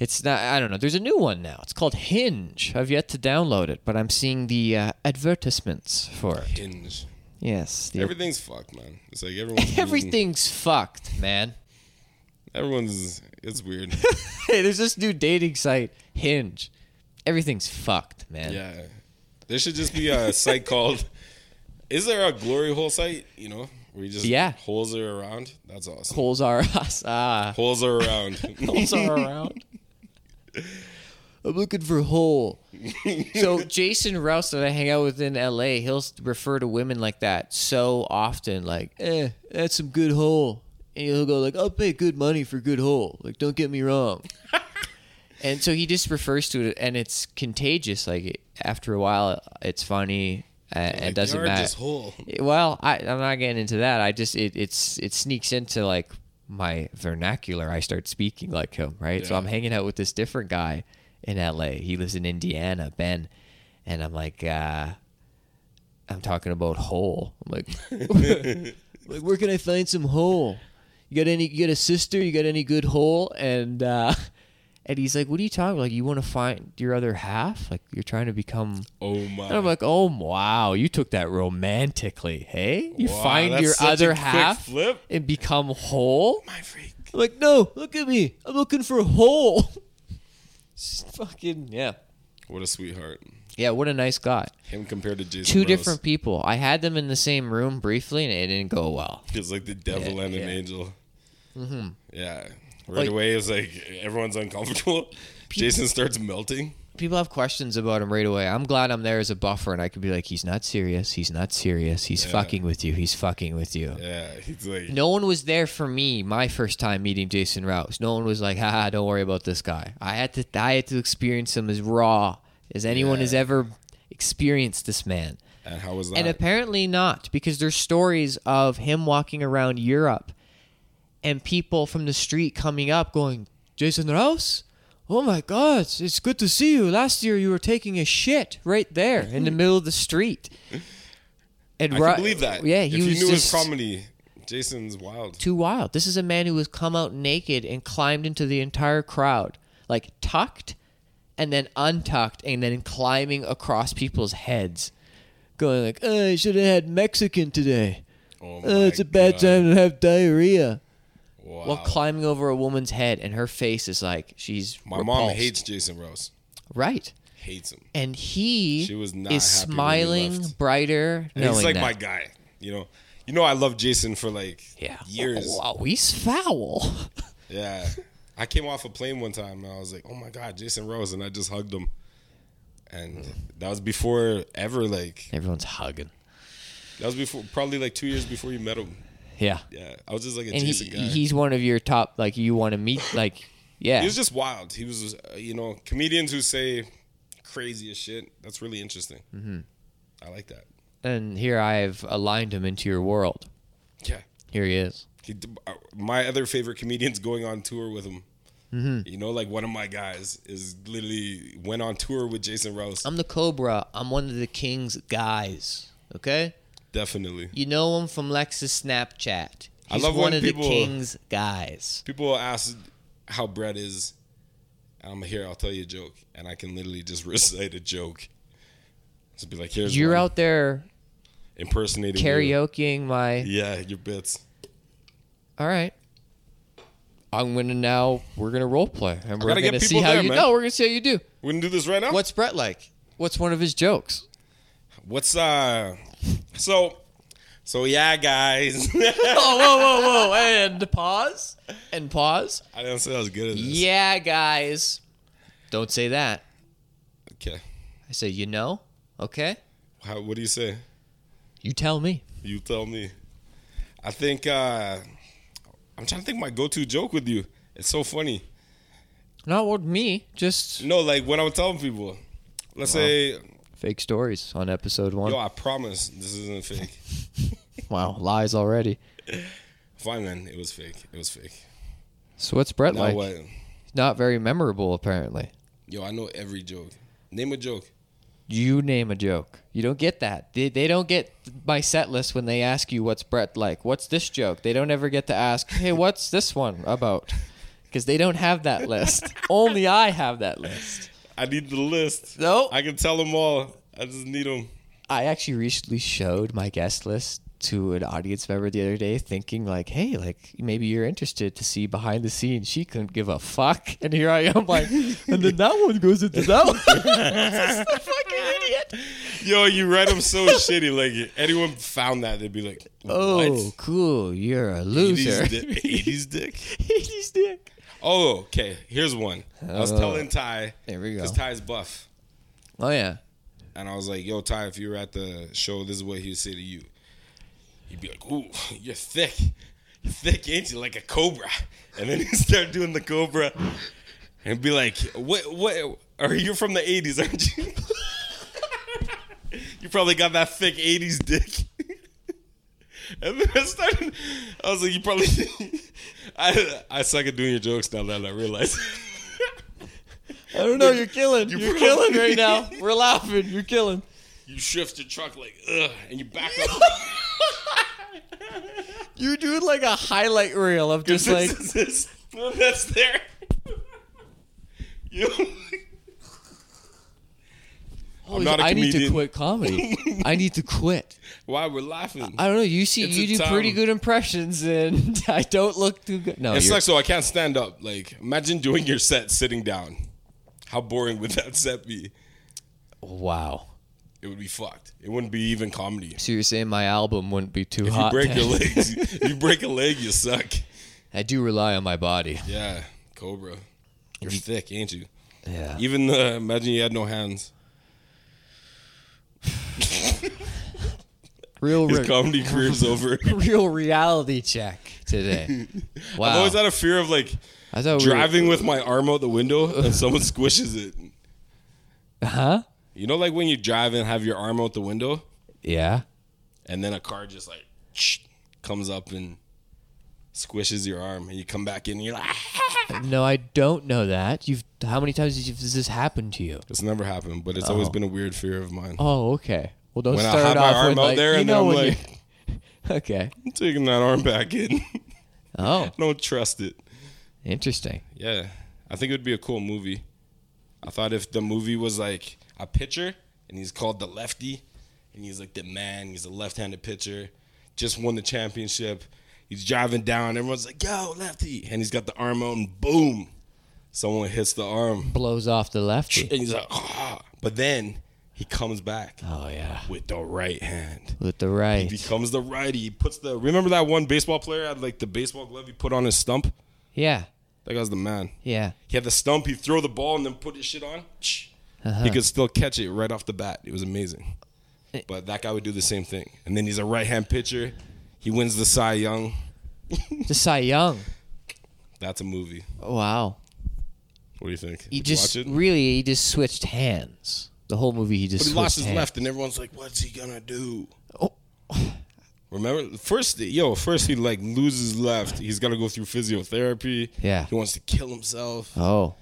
E: It's not. I don't know. There's a new one now. It's called Hinge. I've yet to download it, but I'm seeing the uh, advertisements for it.
C: Hinge.
E: Yes. The,
C: Everything's fucked, man. It's like everyone's
E: [laughs] everything's fucked, man.
C: Everyone's. It's weird.
E: [laughs] Hey, there's this new dating site, Hinge. Everything's fucked, man.
C: Yeah. There should just
E: [laughs]
C: be a site called Is there a glory hole site? You know? Where you just
E: Yeah.
C: holes are around. That's awesome.
E: Holes are [laughs] us. Ah,
C: holes are around.
E: [laughs] holes are around. [laughs] I'm looking for hole. [laughs] so Jason Rouse that I hang out with in LA, he'll s- refer to women like that so often, like, eh, that's some good hole. And he'll go like, I'll pay good money for good hole. Like, don't get me [laughs] wrong. and so he just refers to it, and it's contagious. Like after a while, it's funny and, and doesn't
C: You're
E: matter.
C: just hole.
E: [laughs] Well, I, I'm not getting into that. I just it, it's it sneaks into like my vernacular. I start speaking like him, right? So
C: Yeah.
E: I'm hanging out with this different guy in L.A. He lives in Indiana, Ben, and I'm like, uh, I'm talking about hole. I'm like, [laughs] like, where can I find some hole? You got any? You got a sister? You got any good hole? And uh, [laughs] and he's like, what are you talking? Like, you want to find your other half? Like, you're trying to become
C: Oh my
E: and I'm like, oh wow, you took that romantically, hey? You
C: Wow,
E: find
C: that's
E: your
C: such a
E: other
C: quick
E: half
C: flip.
E: and become whole.
C: my freak.
E: I'm like, no, look at me, I'm looking for whole. [laughs] It's Fucking yeah,
C: What a sweetheart.
E: yeah. What a nice guy.
C: Him compared to Jason.
E: Two
C: Ross
E: different people. I had them in the same room briefly, and it didn't go well.
C: It's like the devil
E: Yeah,
C: and an
E: yeah. Mm-hmm.
C: angel. Yeah. Right
E: Like-
C: away, it's like everyone's uncomfortable. Jason starts melting.
E: People have questions about him right away. I'm glad I'm there as a buffer, and I could be like, he's not serious. He's not serious. He's fucking with you. He's fucking with you.
C: Yeah. He's like,
E: No one was there for me my first time meeting Jason Rouse. No one was like, haha, don't worry about this guy. I had to I had to experience him as raw as anyone has ever experienced this man.
C: and how was that?
E: And apparently not, because there's stories of him walking around Europe and people from the street coming up going, Jason Rouse? Oh my God, it's- it's good to see you. Last year you were taking a shit right there in the middle of the
C: [laughs]
E: street. And
C: I
E: Ro-
C: can believe that.
E: Yeah,
C: If
E: he
C: you
E: was
C: knew his
E: just-
C: comedy, Jason's wild.
E: too wild. This is a man who has come out naked and climbed into the entire crowd, like tucked and then untucked and then climbing across people's heads, going like, oh, I should have had Mexican today.
C: Oh
E: Oh, it's
C: my
E: a bad
C: God.
E: time to have diarrhea.
C: Wow.
E: While climbing over a woman's head and her face is like, she's
C: My mom
E: repulsed.
C: hates Jason Ross.
E: Right.
C: Hates him.
E: And he
C: She was not
E: is
C: happy when we
E: smiling
C: left.
E: brighter,
C: And
E: knowing
C: he's like
E: that.
C: my guy. You know. You know I love Jason for like
E: yeah. Oh,
C: years.
E: [laughs] Wow, he's foul. [laughs]
C: Yeah. I came off a plane one time and I was like, "Oh my god, Jason Rose," and I just hugged him. And
E: Hmm.
C: that was before ever like
E: Everyone's hugging.
C: that was before probably like 2 years before you met him.
E: Yeah.
C: Yeah. I was just like a
E: and
C: Jason
E: he,
C: guy.
E: he's one of your top like you want to meet like yeah
C: He was just wild. He was uh, you know, comedians who say crazy as shit. That's really interesting.
E: Mm-hmm.
C: Mhm. I like that.
E: and here i've aligned him into your world
C: Yeah.
E: Here he is.
C: He, d- uh, my other favorite comedian's going on tour with him.
E: Mm-hmm.
C: You know, like one of my guys is literally went on tour with Jason Rouse.
E: I'm the Cobra. I'm one of the King's guys. Okay?
C: Definitely.
E: You know him from Lexus Snapchat. He's
C: I love
E: one
C: when
E: of
C: people-
E: the King's guys.
C: People ask how bread is. I'm here. I'll tell you a joke, and I can literally just [laughs] recite a joke. Just be like, "Here's
E: You're
C: one.
E: out there
C: impersonating you.
E: karaokeing my.
C: Yeah, your bits.
E: All right. I'm gonna now. We're gonna role play, and we're
C: gotta get
E: gonna see
C: people
E: how
C: there,
E: you.
C: man.
E: No, we're gonna see how you do.
C: We're gonna do this right now.
E: What's Brett like? What's one of his jokes?
C: What's uh? So, so yeah, guys. [laughs]
E: [laughs] Oh, whoa, whoa, whoa! And pause. And pause.
C: I didn't say I was good at this.
E: Yeah, guys. Don't say that.
C: Okay.
E: I say, you know, okay.
C: How, what do you say?
E: You tell me.
C: You tell me. I think uh I'm trying to think my go-to joke with you. It's so funny.
E: Not with me. Just
C: No, like when I'm telling people, let's say,
E: fake stories on episode one.
C: yo, I promise this isn't fake.
E: Wow, lies already.
C: Fine, man. It was fake. It was fake.
E: So what's Brett
C: Now
E: like?
C: what?
E: Not very memorable, apparently.
C: Yo, I know every joke. Name a joke.
E: You name a joke. You don't get that. They, they don't get my set list when they ask you what's Brett like. What's this joke? They don't ever get to ask, hey, what's this one about? Because they don't have that list. Only I have that list.
C: I need the list.
E: No.
C: I can tell them all. I just need them.
E: I actually recently showed my guest list to an audience member the other day, thinking like, "Hey, like maybe you're interested to see behind the scenes." She couldn't give a fuck, [laughs] and here I am, like, and then that one goes into that one. [laughs] Just the fucking idiot.
C: Yo, you write
E: [laughs]
C: them so shitty. Like anyone found that, they'd be like, what?
E: Oh, cool! You're a loser.
C: 80s, di- 80s
E: [laughs]
C: dick?
E: Eighties dick.
C: Oh, okay. Here's one. I was telling Ty.
E: Uh, There we go.
C: Because Ty's buff.
E: Oh yeah.
C: And I was like, yo, Ty, if you were at the show, this is what he'd say to you. He'd be like, ooh, [laughs] you're thick. You're thick, ain't you? Like a cobra. And then [laughs] he'd start doing the cobra and be like, what, what, or you're from the 80s, aren't you? [laughs] you probably got that thick 80s dick. [laughs] and then I started, I was like, you probably, [laughs] I, I suck at doing your jokes now that I realize. [laughs]
E: I don't know. You're killing.
C: You
E: You're
C: probably-
E: killing right [laughs] now. We're laughing. You're killing.
C: you shift your truck like, ugh, and you back up.
E: You're doing like a highlight reel of just [laughs] like
C: This is- this- that's there. You.
E: i
C: I'm not a
E: need to
C: comedian.
E: quit comedy. [laughs] I need to quit.
C: Why we're laughing?
E: I don't know. You see,
C: It's
E: you
C: a
E: do
C: tongue.
E: pretty good impressions, and [laughs] I don't look too good. No,
C: it
E: you're-
C: sucks though. I can't stand up. Like, imagine doing your set sitting down. How boring would that set be?
E: wow.
C: It would be fucked. It wouldn't be even comedy.
E: So you're saying my album wouldn't be too
C: If you
E: hot?
C: break your
E: then.
C: legs, you break a leg, you suck.
E: [laughs] I do rely on my body.
C: Yeah, Cobra. You're thick, ain't you?
E: Yeah.
C: Even the imagine you had no hands.
E: [laughs] Real,
C: His
E: re-
C: comedy
E: [laughs]
C: career's over.
E: real reality check today.
C: [laughs]
E: Wow.
C: I've always had a fear of like
E: I thought we were-
C: driving with my arm out the window and someone [laughs] squishes it.
E: [laughs] huh?
C: You know, like when you drive and have your arm out the window,
E: Yeah.
C: and then a car just like comes up and squishes your arm, and you come back in, and you're like, "Ah."
E: No, I don't know that. You've how many times has this happened to you?
C: it's never happened, but it's always been a weird fear of mine.
E: Oh, okay. Well, don't
C: when I
E: Oh. start
C: have my
E: off
C: arm
E: with
C: out
E: like,
C: there,
E: you
C: and then
E: know
C: I'm
E: when
C: like,
E: you- [laughs] okay.
C: I'm [laughs] taking that arm back in. [laughs]
E: Oh,
C: Don't trust it.
E: interesting.
C: Yeah, I think it would be a cool movie. I thought if the movie was like a pitcher and he's called the lefty, and he's like the man, he's a left-handed pitcher, just won the championship. He's driving down, everyone's like, "Yo, lefty!" and he's got the arm out, and boom, someone hits the arm,
E: Blows off the
C: and
E: lefty.
C: he's like, "Ah!" But then he comes back
E: Oh yeah.
C: with the right hand.
E: With the right.
C: He becomes the righty. He puts the remember that one baseball player had like the baseball glove he put on his stump.
E: Yeah.
C: That guy's the man.
E: Yeah.
C: He had the stump. He'd throw the ball and then put his shit on.
E: Uh-huh.
C: He could still catch it right off the bat. It was amazing.
E: Eh.
C: But that guy would do the same thing. And then he's a right hand pitcher. He wins the Cy Young. [laughs]
E: The Cy Young.
C: That's a movie.
E: Wow.
C: What do you think?
E: He
C: Did you
E: just
C: watch it?
E: really he just switched hands. Oh. The whole movie he just
C: But he
E: switched
C: lost his
E: hands.
C: left, and everyone's like, "What's he gonna do?" Remember, first, yo, first he like loses left. He's got to go through physiotherapy.
E: Yeah.
C: He wants to kill himself.
E: Oh.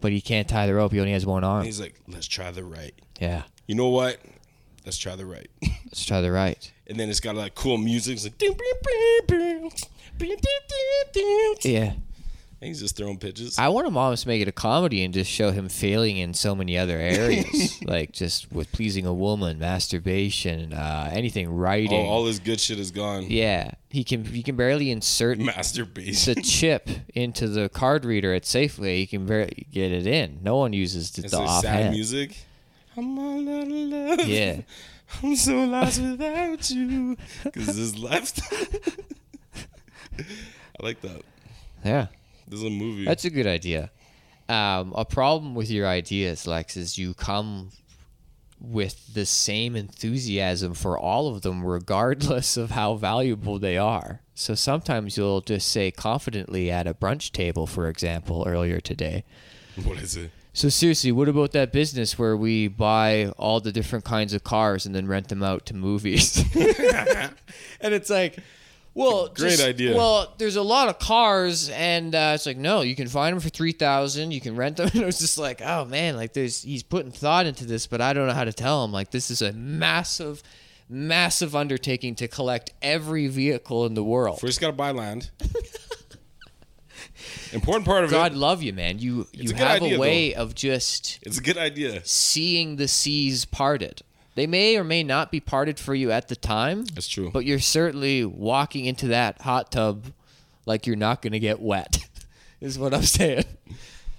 E: But he can't tie the rope. He only has one
C: And
E: arm.
C: he's like, let's try the right.
E: Yeah.
C: You know what? Let's try the right.
E: Let's try the right.
C: and then it's got like cool music. It's like, "Ding, ding, ding, ding, ding, ding."
E: Yeah.
C: And he's just throwing pitches.
E: I want him almost to make it a comedy and just show him failing in so many other [laughs] areas, like just with pleasing a woman, masturbation, uh, anything
C: Oh,
E: writing.
C: all his good shit is gone.
E: yeah, he can he can barely
C: [laughs]
E: insert
C: Masturbation.
E: the chip into the card reader at Safeway. He can barely get it in. No one uses the,
C: It's
E: the
C: like sad
E: offhand.
C: music. I'm all out of love.
E: Yeah,
C: [laughs] I'm so lost without you. Cause this left. [laughs] I like that.
E: yeah,
C: This is a movie.
E: that's a good idea. Um, a problem with your ideas, Lex, is you come with the same enthusiasm for all of them, regardless of how valuable they are. So sometimes you'll just say confidently at a brunch table, for example, earlier today,
C: what is it?
E: So seriously, what about that business where we buy all the different kinds of cars and then rent them out to movies? [laughs] and it's like, well,
C: Great
E: just-
C: idea.
E: Well, there's a lot of cars, and uh, it's like, no, you can find them for three thousand. You can rent them. [laughs] And it was just like, oh man, like there's he's putting thought into this, but I don't know how to tell him. Like this is a massive, massive undertaking to collect every vehicle in the world.
C: First, gotta buy
E: [laughs]
C: land. Important part of
E: God
C: it.
E: love you, man. You you
C: a good
E: have
C: idea,
E: a way of just
C: It's a good idea.
E: seeing the seas parted. They may or may not be parted for you at the time.
C: That's true.
E: But you're certainly walking into that hot tub like you're not going to get wet, [laughs] is what I'm saying.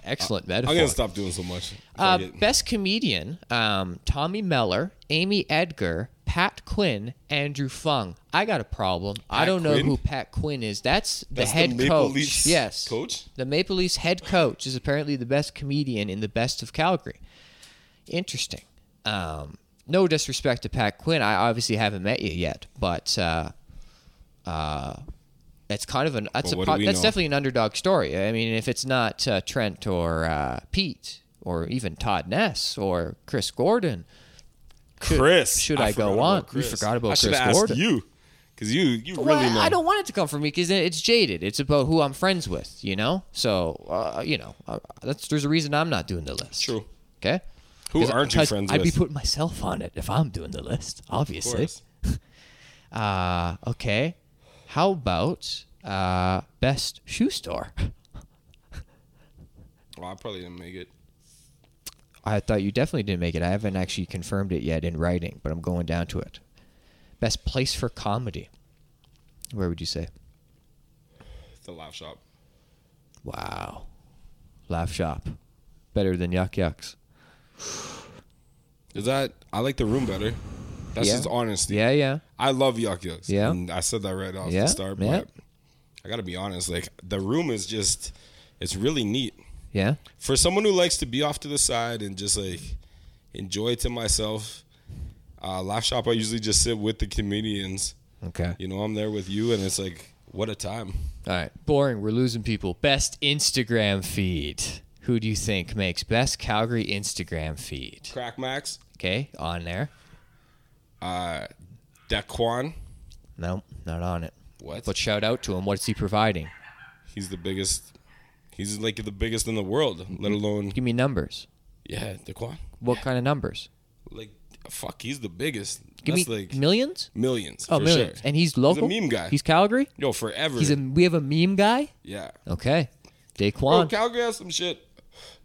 E: Excellent metaphor.
C: I'm gonna stop doing so much.
E: Uh,
C: Fuck it.
E: best comedian um, Tommy Mellor, Amy Edgar, Pat Quinn, Andrew Fung. I got a problem. I
C: Pat
E: don't know
C: Quinn?
E: who Pat Quinn is. That's the
C: That's the
E: head
C: Maple
E: coach.
C: Leafs
E: yes,
C: coach?
E: The Maple Leafs head coach is apparently the best comedian in the best of Calgary. Interesting. Um, no disrespect to Pat Quinn. I obviously haven't met you yet, but uh, uh, that's kind of an that's
C: But what
E: a
C: do
E: pro-
C: we
E: that's
C: know?
E: definitely an underdog story. I mean, if it's not uh, Trent or uh, Pete or even Todd Ness or Chris Gordon,
C: Chris.
E: should I go
C: forgot
E: on?
C: about
E: You
C: Chris.
E: forgot about
C: I should
E: Chris
C: ask
E: Gordon.
C: you, because you you really
E: Well,
C: know.
E: I don't want it to come from me because it's jaded. It's about who I'm friends with, you know. So uh, you know, uh, that's there's a reason I'm not doing the list.
C: True.
E: Okay.
C: Who
E: 'Cause-
C: aren't you
E: 'cause
C: friends
E: I'd
C: with?
E: be putting myself on it if I'm doing the list,
C: Of
E: obviously.
C: course.
E: Uh, okay. How about uh, best shoe store? [laughs]
C: Well, I probably didn't make it.
E: I thought you definitely didn't make it. I haven't actually confirmed it yet in writing, but I'm going down to it. Best place for comedy. Where would you say?
C: The laugh shop.
E: Wow. Laugh shop. Better than Yuck Yucks.
C: Is that I like the room better? That's
E: Yeah.
C: just honesty.
E: Yeah, yeah.
C: I love yuck yucks.
E: Yeah.
C: And I said that right off
E: Yeah,
C: the start, but
E: yeah.
C: I gotta be honest. Like the room is just, it's really neat
E: Yeah.
C: for someone who likes to be off to the side and just like enjoy to myself. Uh, laugh shop. I usually just sit with the comedians.
E: Okay.
C: You know, I'm there with you, and it's like, what a time.
E: All right. Boring. We're losing people. Best Instagram feed. Who do you think makes best Calgary Instagram feed?
C: Crack Max,
E: Okay. On there.
C: Daquan.
E: Nope, not on it.
C: What?
E: But shout out to him. What's he providing?
C: He's the biggest. He's like the biggest in the world,
E: Mm-hmm.
C: let alone
E: Give me numbers.
C: yeah, Daquan.
E: What kind of numbers?
C: Like fuck, he's the biggest.
E: Give
C: That's
E: me
C: like
E: millions.
C: millions.
E: Oh,
C: for
E: millions.
C: Sure.
E: And he's local.
C: meme guy.
E: He's Calgary.
C: Yo, forever.
E: He's a. We have a meme guy.
C: yeah.
E: Okay.
C: Oh,
E: Daquan.
C: Calgary has some shit.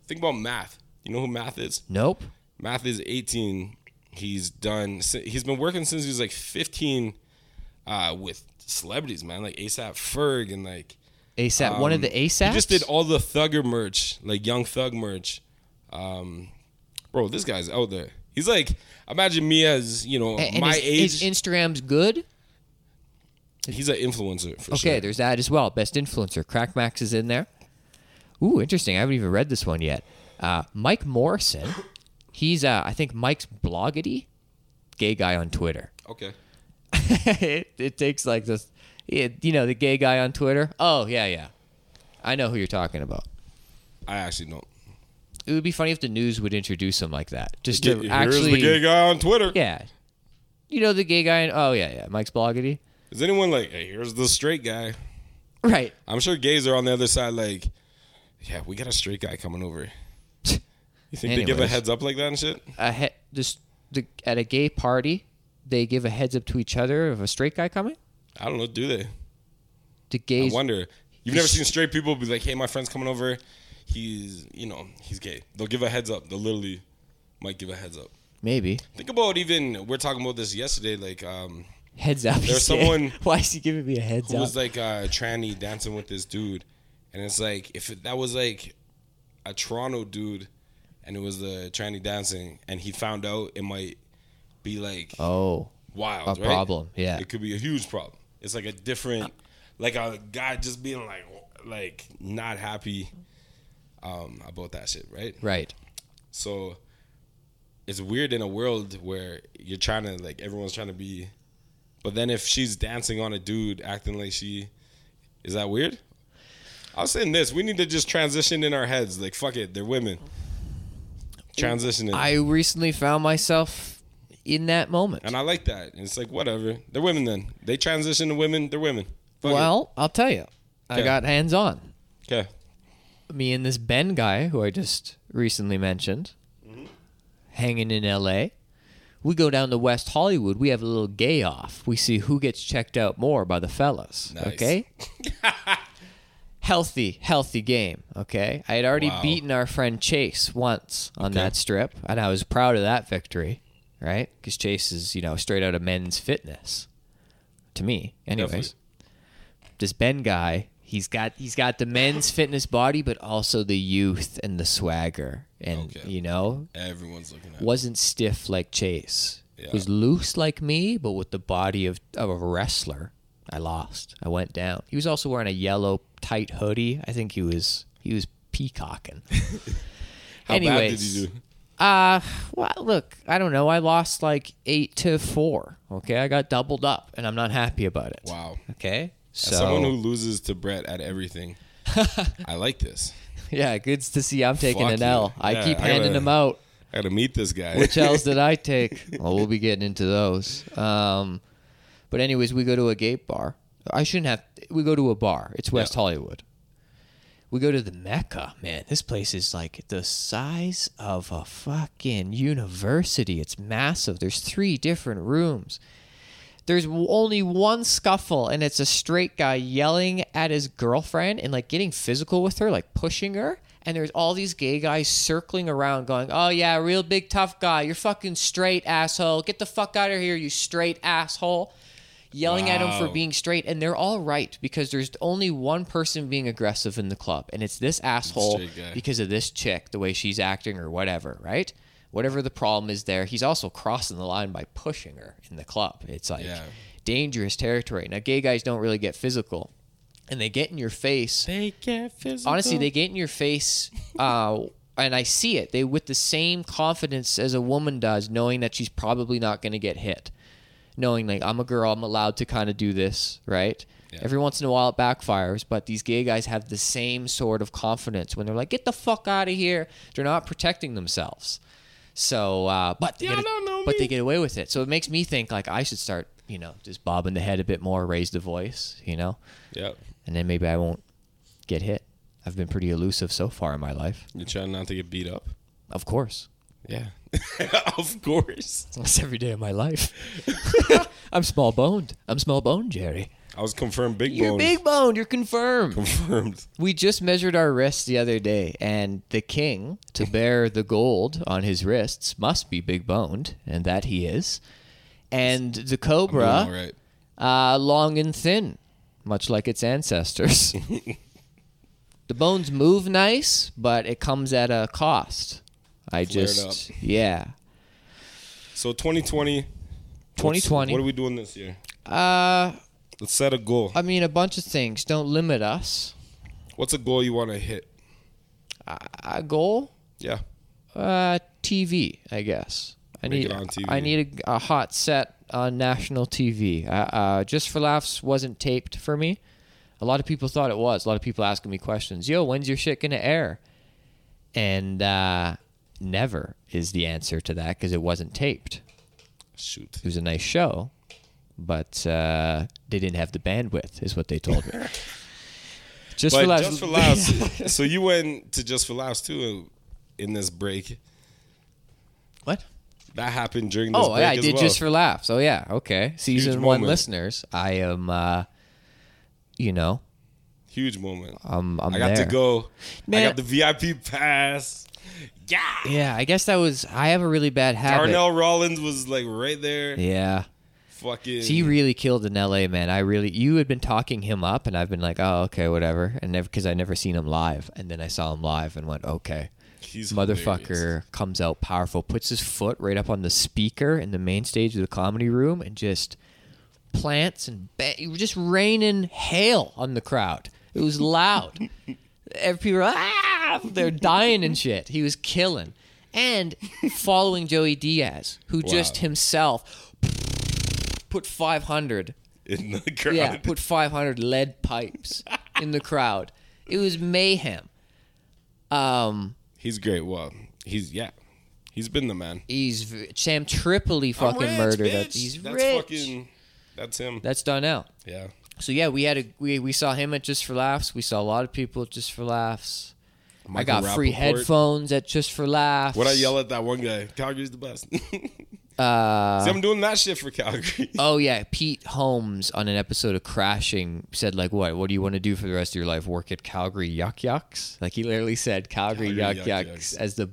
C: Think about math. You know who math is?
E: nope.
C: Math is 18. He's done. si- He's been working since he was like 15, uh, with celebrities, man, like ASAP Ferg and like.
E: ASAP. One of the ASAPs.
C: He just did all the Thugger merch, like Young Thug merch. Um, bro, this guy's out there. He's like, imagine me as you know
E: A- and
C: my
E: his,
C: age.
E: His Instagram's good.
C: he's an influencer for
E: Okay,
C: sure.
E: there's that as well. Best influencer. Crack Max is in there. Ooh, interesting. I haven't even read this one yet. Uh, Mike Morrison. He's uh, I think Mike's bloggity, gay guy on Twitter. [laughs]
C: Okay,
E: it, it takes like this, it, you know, the gay guy on Twitter. Oh yeah, yeah, I know who you're talking about.
C: I actually don't.
E: It would be funny if the news would introduce him like that, just
C: Get-
E: to
C: Here's
E: actually,
C: the gay guy on Twitter.
E: yeah, You know the gay guy? In, oh yeah, yeah, Mike's Bloggity.
C: Is anyone like, hey, here's the straight guy?
E: Right.
C: I'm sure gays are on the other side, like, yeah, we got a straight guy coming over. You think they give a
E: Anyways.
C: heads up like that and shit?
E: A he- just the, at a gay party, they give a heads up to each other of a straight guy coming.
C: I don't know, do they?
E: The
C: I
E: gays.
C: wonder. You've never seen straight people be like, hey, my friend's coming over. He's, you know, he's gay. They'll give a heads up. They'll literally might give a heads up.
E: Maybe
C: Think about even, we we're talking about this yesterday, like, um,
E: heads up. [laughs]
C: There's
E: he said.
C: someone
E: Why is he giving me a heads
C: who
E: up?
C: was like uh tranny dancing with this dude and it's like if it, that was like a toronto dude and it was the tranny dancing and he found out it might be like
E: oh,
C: wild
E: a
C: right?
E: problem, yeah.
C: it could be a huge problem it's like a different like a guy just being like like not happy um about that shit right
E: right.
C: so it's weird in a world where you're trying to like everyone's trying to be but then if she's dancing on a dude acting like she is that weird? I was saying this, we need to just transition in our heads. Like fuck it, they're women. Transitioning.
E: I recently found myself in that moment.
C: and I like that. It's like whatever. They're women then. They transition to women, they're women. Fuck it.
E: well, I'll tell you, I
C: Okay.
E: got hands on.
C: Okay.
E: Me and this Ben guy who I just recently mentioned,
C: Mm-hmm.
E: hanging in L.A. We go down to West Hollywood. We have a little gay off. We see who gets checked out more by the fellas.
C: Nice. [laughs]
E: Okay. healthy, healthy game. Okay. I had already
C: Wow.
E: beaten our friend Chase once on
C: Okay.
E: that strip, and I was proud of that victory, right? Because Chase is, you know, straight out of men's fitness. To me, anyways.
C: Definitely.
E: This Ben guy, he's got he's got the men's fitness body, but also the youth and the swagger. And
C: Okay.
E: you know,
C: Everyone's looking at
E: wasn't stiff like Chase.
C: Yeah.
E: Was loose like me, but with the body of, of a wrestler. I lost. I went down. He was also wearing a yellow tight hoodie. I think he was he was peacocking.
C: [laughs] How bad did you do?
E: Uh, well, look, I don't know. I lost like eight to four. Okay, I got doubled up, and I'm not happy about it.
C: Wow.
E: Okay, so
C: As someone who loses to Brett
E: [laughs]
C: at everything, I like this.
E: yeah, good to see I'm taking
C: Fuck
E: an
C: you.
E: L. I
C: Yeah,
E: keep
C: I
E: handing
C: gotta-
E: them
C: [laughs]
E: out.
C: I gotta meet this guy.
E: Which L's did I take? Well, we'll be getting into those. Um, but anyways, we go to a gay bar. I shouldn't have. We go to a bar. It's West Hollywood. We go to the Mecca, man. This place is like the size of a fucking university. It's massive. There's three different rooms. There's w- only one scuffle, and it's a straight guy yelling at his girlfriend and like getting physical with her, like pushing her. And there's all these gay guys circling around, going, "Oh yeah, real big tough guy. You're fucking straight asshole. Get the fuck out of here, you straight asshole." Yelling at him for
C: Wow.
E: being straight, and they're all right because there's only one person being aggressive in the club, and it's this asshole
C: Straight guy.
E: because of this chick, the way she's acting or whatever, right? Whatever the problem is there, he's also crossing the line by pushing her in the club. It's like
C: Yeah.
E: dangerous territory. Now, gay guys don't really get physical, and they get in your face.
C: [laughs] They get physical.
E: Honestly, they get in your face, uh, and I see it. They with the same confidence as a woman does, knowing that she's probably not going to get hit. Knowing like I'm a girl, I'm allowed to kind of do this, right? Every once in a while it backfires, but these gay guys have the same sort of confidence when they're like, "Get the fuck out of here!" They're not protecting themselves. So, uh, but they get,
C: don't know
E: but
C: me.
E: they get away with it. So it makes me think like I should start, you know, just bobbing the head a bit more, raise the voice, you know
C: Yep.
E: and then maybe I won't get hit. I've been pretty elusive so far in my life.
C: You're trying not to get beat up.
E: Of course.
C: Yeah. [laughs] of course.
E: That's every day of my life. [laughs] I'm small boned. I'm small boned, Jerry.
C: I was confirmed big
E: You're
C: bone.
E: big boned. You're confirmed. [laughs]
C: [laughs] Confirmed.
E: We just measured our wrists the other day, and the king, [laughs] to bear the gold on his wrists, must be big boned, and that he is. And the cobra.
C: All right.
E: uh, long and thin, much like its ancestors. the bones move nice, but it comes at a cost. I
C: Flared
E: just, yeah.
C: So 2020. what's-
E: 2020.
C: What are we doing this year?
E: Uh,
C: Let's set a goal.
E: I mean, a bunch of things. Don't limit us.
C: What's a goal you want to hit?
E: A goal,
C: Yeah.
E: uh, TV, I guess. I
C: Make
E: need,
C: it on TV.
E: I need a, a hot set on national TV. Uh, uh, Just for laughs wasn't taped for me. A lot of people thought it was. A lot of people asking me questions. Yo, when's your shit gonna air? And uh, never is the answer to that because it wasn't taped.
C: Shoot.
E: It was a nice show, but uh, they didn't have the bandwidth, is what they told
C: [laughs]
E: me. Just
C: But
E: for last,
C: just for laughs. so you went to just for laughs too in this break.
E: [laughs] what?
C: That happened during this
E: Oh,
C: break
E: yeah, I
C: as
E: did
C: well.
E: just for laughs. Oh yeah, okay. Season one
C: moment.
E: listeners, I am, uh, you know,
C: huge moment.
E: I'm, Oh, I'm
C: I got
E: there.
C: to go. I
E: Man.
C: got the VIP pass. Yeah.
E: Yeah, I guess that was. I have a really bad habit.
C: Darnell Rollins was like right there.
E: Yeah.
C: Fucking.
E: He really killed in LA, man. I really, you had been talking him up, and I've been like, oh, okay, whatever. And never, because I never seen him live. And then I saw him live and went, okay.
C: he's
E: Motherfucker
C: hilarious.
E: comes out powerful, puts his foot right up on the speaker in the main stage of the comedy room, and just plants and ba- you were just raining hail on the crowd. It was loud. Every people were, ah, they're dying and shit. He was killing, and following Joey Diaz, who just himself put 500
C: in the
E: [laughs]
C: crowd. [laughs]
E: yeah, put 500 lead pipes in the crowd. It was mayhem. Um,
C: He's great. Well, he's yeah. He's been the man.
E: he's v- Sam Tripoli fucking
C: rich,
E: murdered.
C: bitch.
E: us. He's
C: That's
E: rich.
C: fucking. That's him.
E: That's Donnell.
C: yeah.
E: So yeah, we had a we, we saw him at Just for Laughs. We saw a lot of people at Just for Laughs. I
C: Michael
E: got free
C: Rappaport.
E: headphones at Just for Laughs.
C: What I yell at that one guy? Calgary's the best. [laughs]
E: Uh,
C: See, I'm doing that shit for Calgary. [laughs]
E: Oh yeah, Pete Holmes on an episode of Crashing said like, "What? What do you want to do for the rest of your life? Work at Calgary Yuck Yucks?" Like he literally said Calgary,
C: Calgary
E: Yuck,
C: Yuck
E: Yucks,
C: Yucks.
E: as the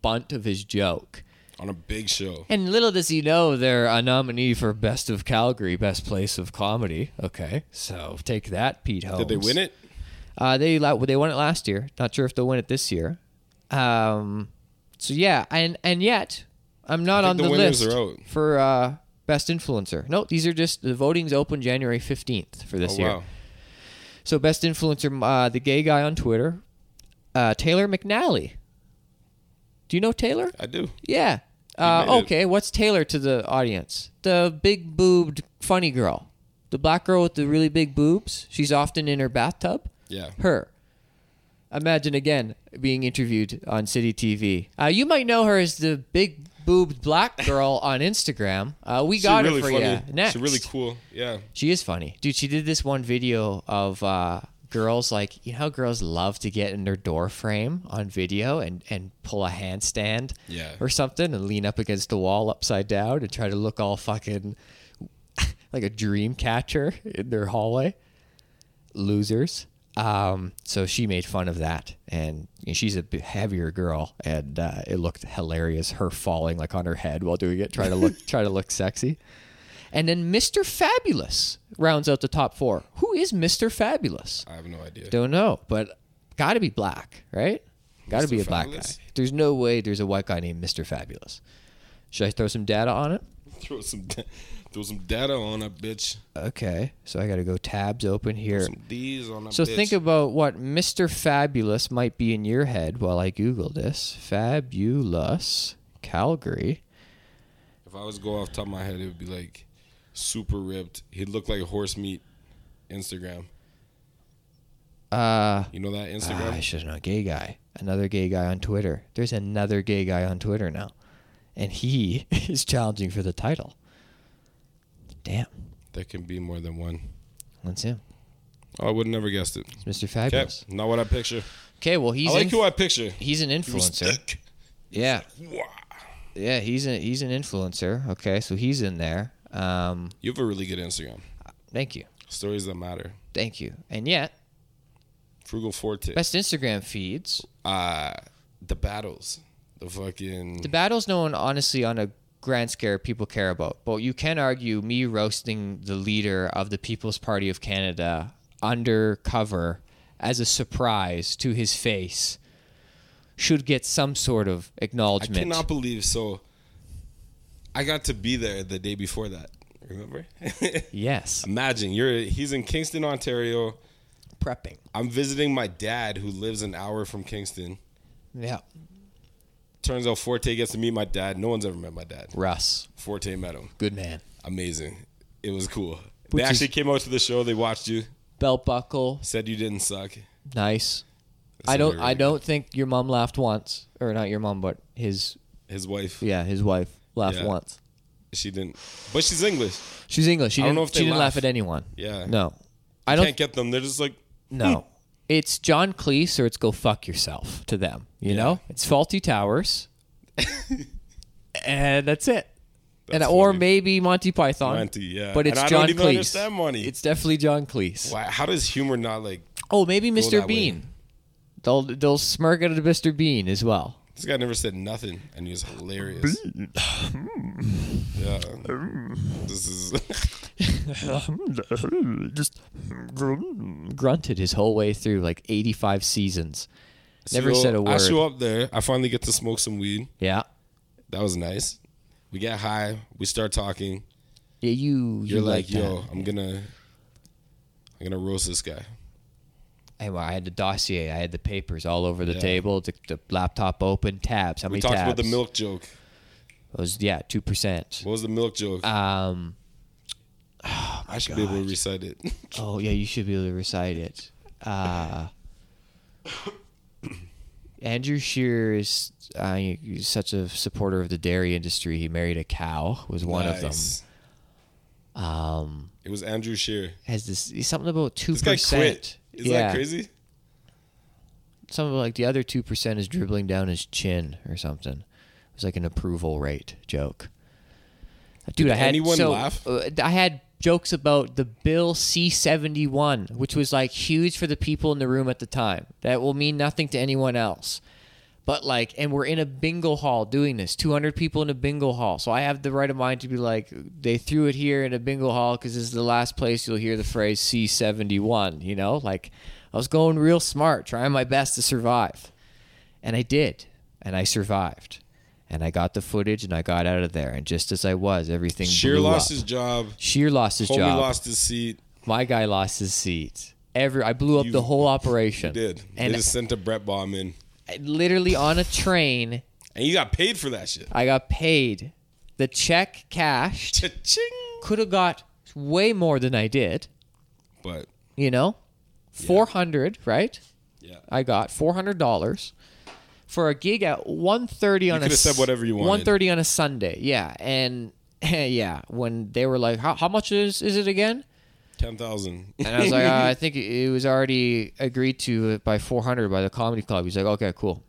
E: bunt of his joke.
C: On a big show.
E: And little does he know, they're a nominee for Best of Calgary, Best Place of Comedy. Okay, so take that, Pete Holmes.
C: Did they win it?
E: Uh, they la- they won it last year. Not sure if they'll win it this year. Um, so yeah, and and yet I'm not
C: think
E: on
C: the
E: the,
C: winners
E: list
C: are out.
E: for uh, best influencer. No, these are just the voting's open January 15th for this
C: Oh
E: year.
C: wow.
E: So best influencer, uh, the gay guy on Twitter, uh, Taylor McNally. Do you know Taylor?
C: I do.
E: Yeah. Uh,
C: made it.
E: okay, what's Taylor to the audience? The big boobed funny girl. The black girl with the really big boobs. She's often in her bathtub.
C: Yeah.
E: Her. Imagine again being interviewed on City TV. Uh, you might know her as the big boobed black girl on Instagram. Uh, we
C: She's
E: got
C: really
E: her for
C: funny.
E: you. Next.
C: She's really cool. Yeah.
E: She is funny, dude. She did this one video of uh, girls like you know how girls love to get in their door frame on video and and pull a handstand,
C: Yeah.
E: or something, and lean up against the wall upside down and try to look all fucking [laughs] like a dream catcher in their hallway. Losers. Um, so she made fun of that, and you know, she's a bit heavier girl, and uh, it looked hilarious. Her falling like on her head while doing it, trying to
C: [laughs]
E: look, try to look sexy. And then Mr. Fabulous rounds out the top four. Who is Mr. Fabulous?
C: I have no idea.
E: Don't know, but gotta be black, right? Gotta
C: Mr.
E: be a black
C: Fabulous?
E: guy. There's no way there's a white guy named Mr. Fabulous. Should I throw some data on it?
C: [laughs] Throw some throw some data on that bitch.
E: Okay, so I gotta go tabs open here.
C: Some D's on that
E: So
C: bitch.
E: think about what Mr. Fabulous might be in your head while I Google this. Fabulous Calgary.
C: if I was to go off the top of my head, it would be like super ripped. He'd look like horse meat. Instagram. Uh, you know that
E: Ah,
C: Instagram?
E: I should have known. Gay guy. Another gay guy on Twitter. There's another gay guy on Twitter now. And he [laughs] is challenging for the title. Damn.
C: there can be more than one.
E: That's him.
C: Oh, I would have never guessed it.
E: It's Mr.
C: Okay,
E: Fabulous.
C: not what I picture.
E: Okay, well he's
C: I like
E: in-
C: who I picture.
E: he's an
C: [laughs]
E: influencer. Yeah.
C: Wow.
E: Yeah, he's an he's an influencer. Okay, so he's in there. Um
C: You have a really good Instagram.
E: thank you.
C: Stories that matter.
E: Thank you. And yet,
C: Frugal Forte.
E: best Instagram feeds.
C: Uh, the battles. The fucking.
E: The battle's no one honestly on a grand scale people care about, but you can argue me roasting the leader of the People's Party of Canada undercover as a surprise to his face should get some sort of
C: I
E: acknowledgement.
C: cannot believe so. I got to be there the day before that. Remember? [laughs]
E: yes,
C: Imagine you're he's in Kingston, Ontario.
E: prepping.
C: I'm visiting my dad who lives an hour from Kingston.
E: Yeah,
C: Turns out Forte gets to meet my dad. No one's ever met my dad.
E: Russ,
C: Forte met him.
E: good man.
C: Amazing. It was cool.
E: Which
C: they
E: is-
C: actually came out to the show. They watched you.
E: Belt buckle,
C: Said you didn't suck.
E: nice.
C: So
E: I don't.
C: they're
E: I
C: really
E: don't think your mom laughed once, or not your mom, but his.
C: His wife.
E: Yeah, his wife laughed
C: Yeah.
E: once.
C: She didn't, but she's English.
E: She's English. She
C: I don't
E: didn't,
C: know if they
E: she didn't laugh. at
C: laugh.
E: anyone.
C: Yeah.
E: No. I don't
C: Can't get them. They're just like
E: No. It's John Cleese or it's go fuck yourself to them. You know? It's faulty
C: [laughs]
E: towers. and that's it. and
C: That's
E: or
C: funny.
E: maybe Monty Python.
C: Monty, yeah.
E: But
C: And
E: it's
C: I don't
E: John
C: even
E: Cleese.
C: understand Monty.
E: It's definitely John Cleese.
C: why, how does humor not like?
E: Oh, maybe
C: that
E: Mr.
C: way.
E: Bean. They'll they'll smirk at Mr. Bean as well.
C: This guy never said nothing, and he was hilarious. [sighs] yeah. This is. [laughs]
E: Just grunted his whole way through like 85 seasons. Never
C: So
E: said a
C: I
E: word.
C: show up there. I finally get to smoke some weed.
E: Yeah.
C: That was nice. We get high. We start talking.
E: Yeah, you you
C: You're like,
E: that.
C: yo, I'm gonna, I'm gonna roast this guy.
E: Anyway, I had the dossier. I had the papers all over the table. The, the laptop open. Tabs. How
C: We
E: many
C: talked
E: tabs?
C: about the milk joke.
E: It was yeah, two percent.
C: What was the milk joke?
E: Um.
C: [sighs] I should be able to recite it.
E: Oh yeah, you should be able to recite it.
C: [coughs]
E: Uh, Andrew Shear is uh, he's such a supporter of the dairy industry. He married a cow. Was one of them. Um,
C: Nice. It was Andrew Shear.
E: Has this something about two
C: This guy quit.
E: percent?
C: Is that crazy?
E: Something like the other two percent is dribbling down his chin or something. It was like an approval rate joke. Dude, I had
C: anyone
E: so,
C: laugh?
E: uh, I had jokes about the bill C seventy one, which was like huge for the people in the room at the time. That will mean nothing to anyone else. But like, and we're in a bingo hall doing this. Two hundred people in a bingo hall, so I have the right of mind to be like, they threw it here in a bingo hall because this is the last place you'll hear the phrase C seventy one. You know, like I was going real smart, trying my best to survive, and I did, and I survived, and I got the footage, and I got out of there, and just as I was, everything
C: Shear
E: blew
C: lost
E: up.
C: his job.
E: Sheer lost his
C: Homie
E: job.
C: lost his seat.
E: My guy lost his seat. Every I blew up the whole operation.
C: Did
E: and
C: they just sent a Brett bomb in,
E: I- literally on a train.
C: and you got paid for that shit.
E: I got paid. The check
C: [laughs]
E: cashed.
C: Cha-ching.
E: Could have got way more than I did.
C: But
E: You know, four hundred. Right?
C: yeah,
E: I got four hundred dollars for a gig at one thirty on. a
C: could have said whatever you wanted.
E: One thirty on a Sunday. Yeah, and [laughs] yeah, when they were like, "How, how much is is it again?"
C: ten thousand.
E: And I was like, uh, I think it was already agreed to by 400 by the comedy club. He's like, okay, cool.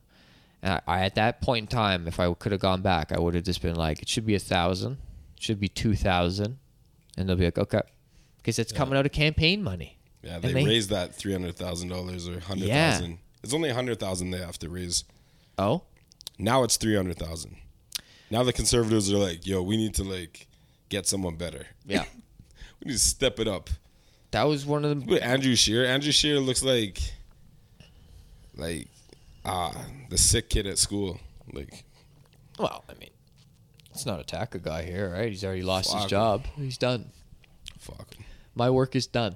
E: And I, I at that point in time, if I could have gone back, I would have just been like, it should be a thousand, it should be two thousand, and they'll be like, okay, because it's coming out of campaign money.
C: Yeah,
E: And
C: they,
E: they-
C: raised that three hundred thousand dollars or hundred thousand.
E: Yeah.
C: It's only hundred thousand they have to raise.
E: Oh,
C: Now it's three hundred thousand. Now the conservatives are like, "Yo, we need to like get someone better.
E: yeah,
C: We need to step it up."
E: that was one of the
C: But Andrew Shear, Andrew Shear looks like, like, ah, the sick kid at school. Like,
E: well, I mean, it's not a tacker guy here, right? He's already lost his
C: Fuck.
E: job. He's done.
C: fuck.
E: my work is done.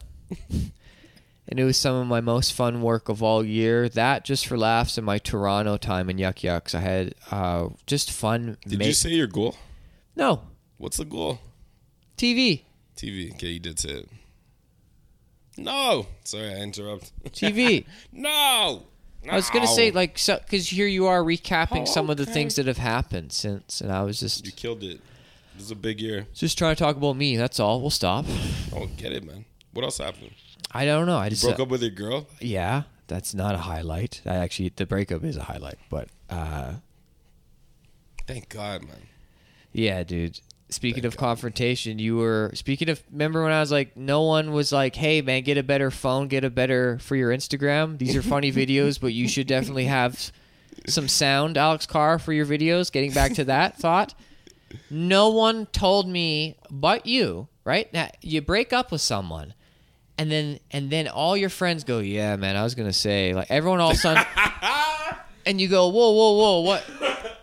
E: and it was some of my most fun work of all year. That just for laughs and my Toronto time in Yuck Yucks. I had uh, just fun.
C: Did
E: ma-
C: you say your goal?
E: no
C: What's the goal?
E: TV?
C: TV. Okay, you did say it. No, sorry, I interrupt. [laughs]
E: TV.
C: no,
E: I was gonna say
C: No.
E: like because here you are recapping some of the things that have happened since, and I was
C: you
E: just
C: killed it. This is a big year.
E: just trying to talk about me. That's all. We'll stop.
C: I don't get it, man. What else happened?
E: I don't know. I just uh,
C: Broke up with your girl?
E: yeah. That's not a highlight. I actually the breakup is a highlight, but uh,
C: Thank God, man.
E: Yeah, dude. Speaking of confrontation, you were speaking of. Remember when I was like, no one was like, "Hey, man, get a better phone, get a better for your Instagram. These are funny videos, but you should definitely have some sound, Alex Carr, for your videos." Getting back to that thought, no one told me but you. Right now, you break up with someone, and then and then all your friends go, "Yeah, man, I was gonna say." Like everyone all of a sudden, and you go, "Whoa, whoa, whoa, what?"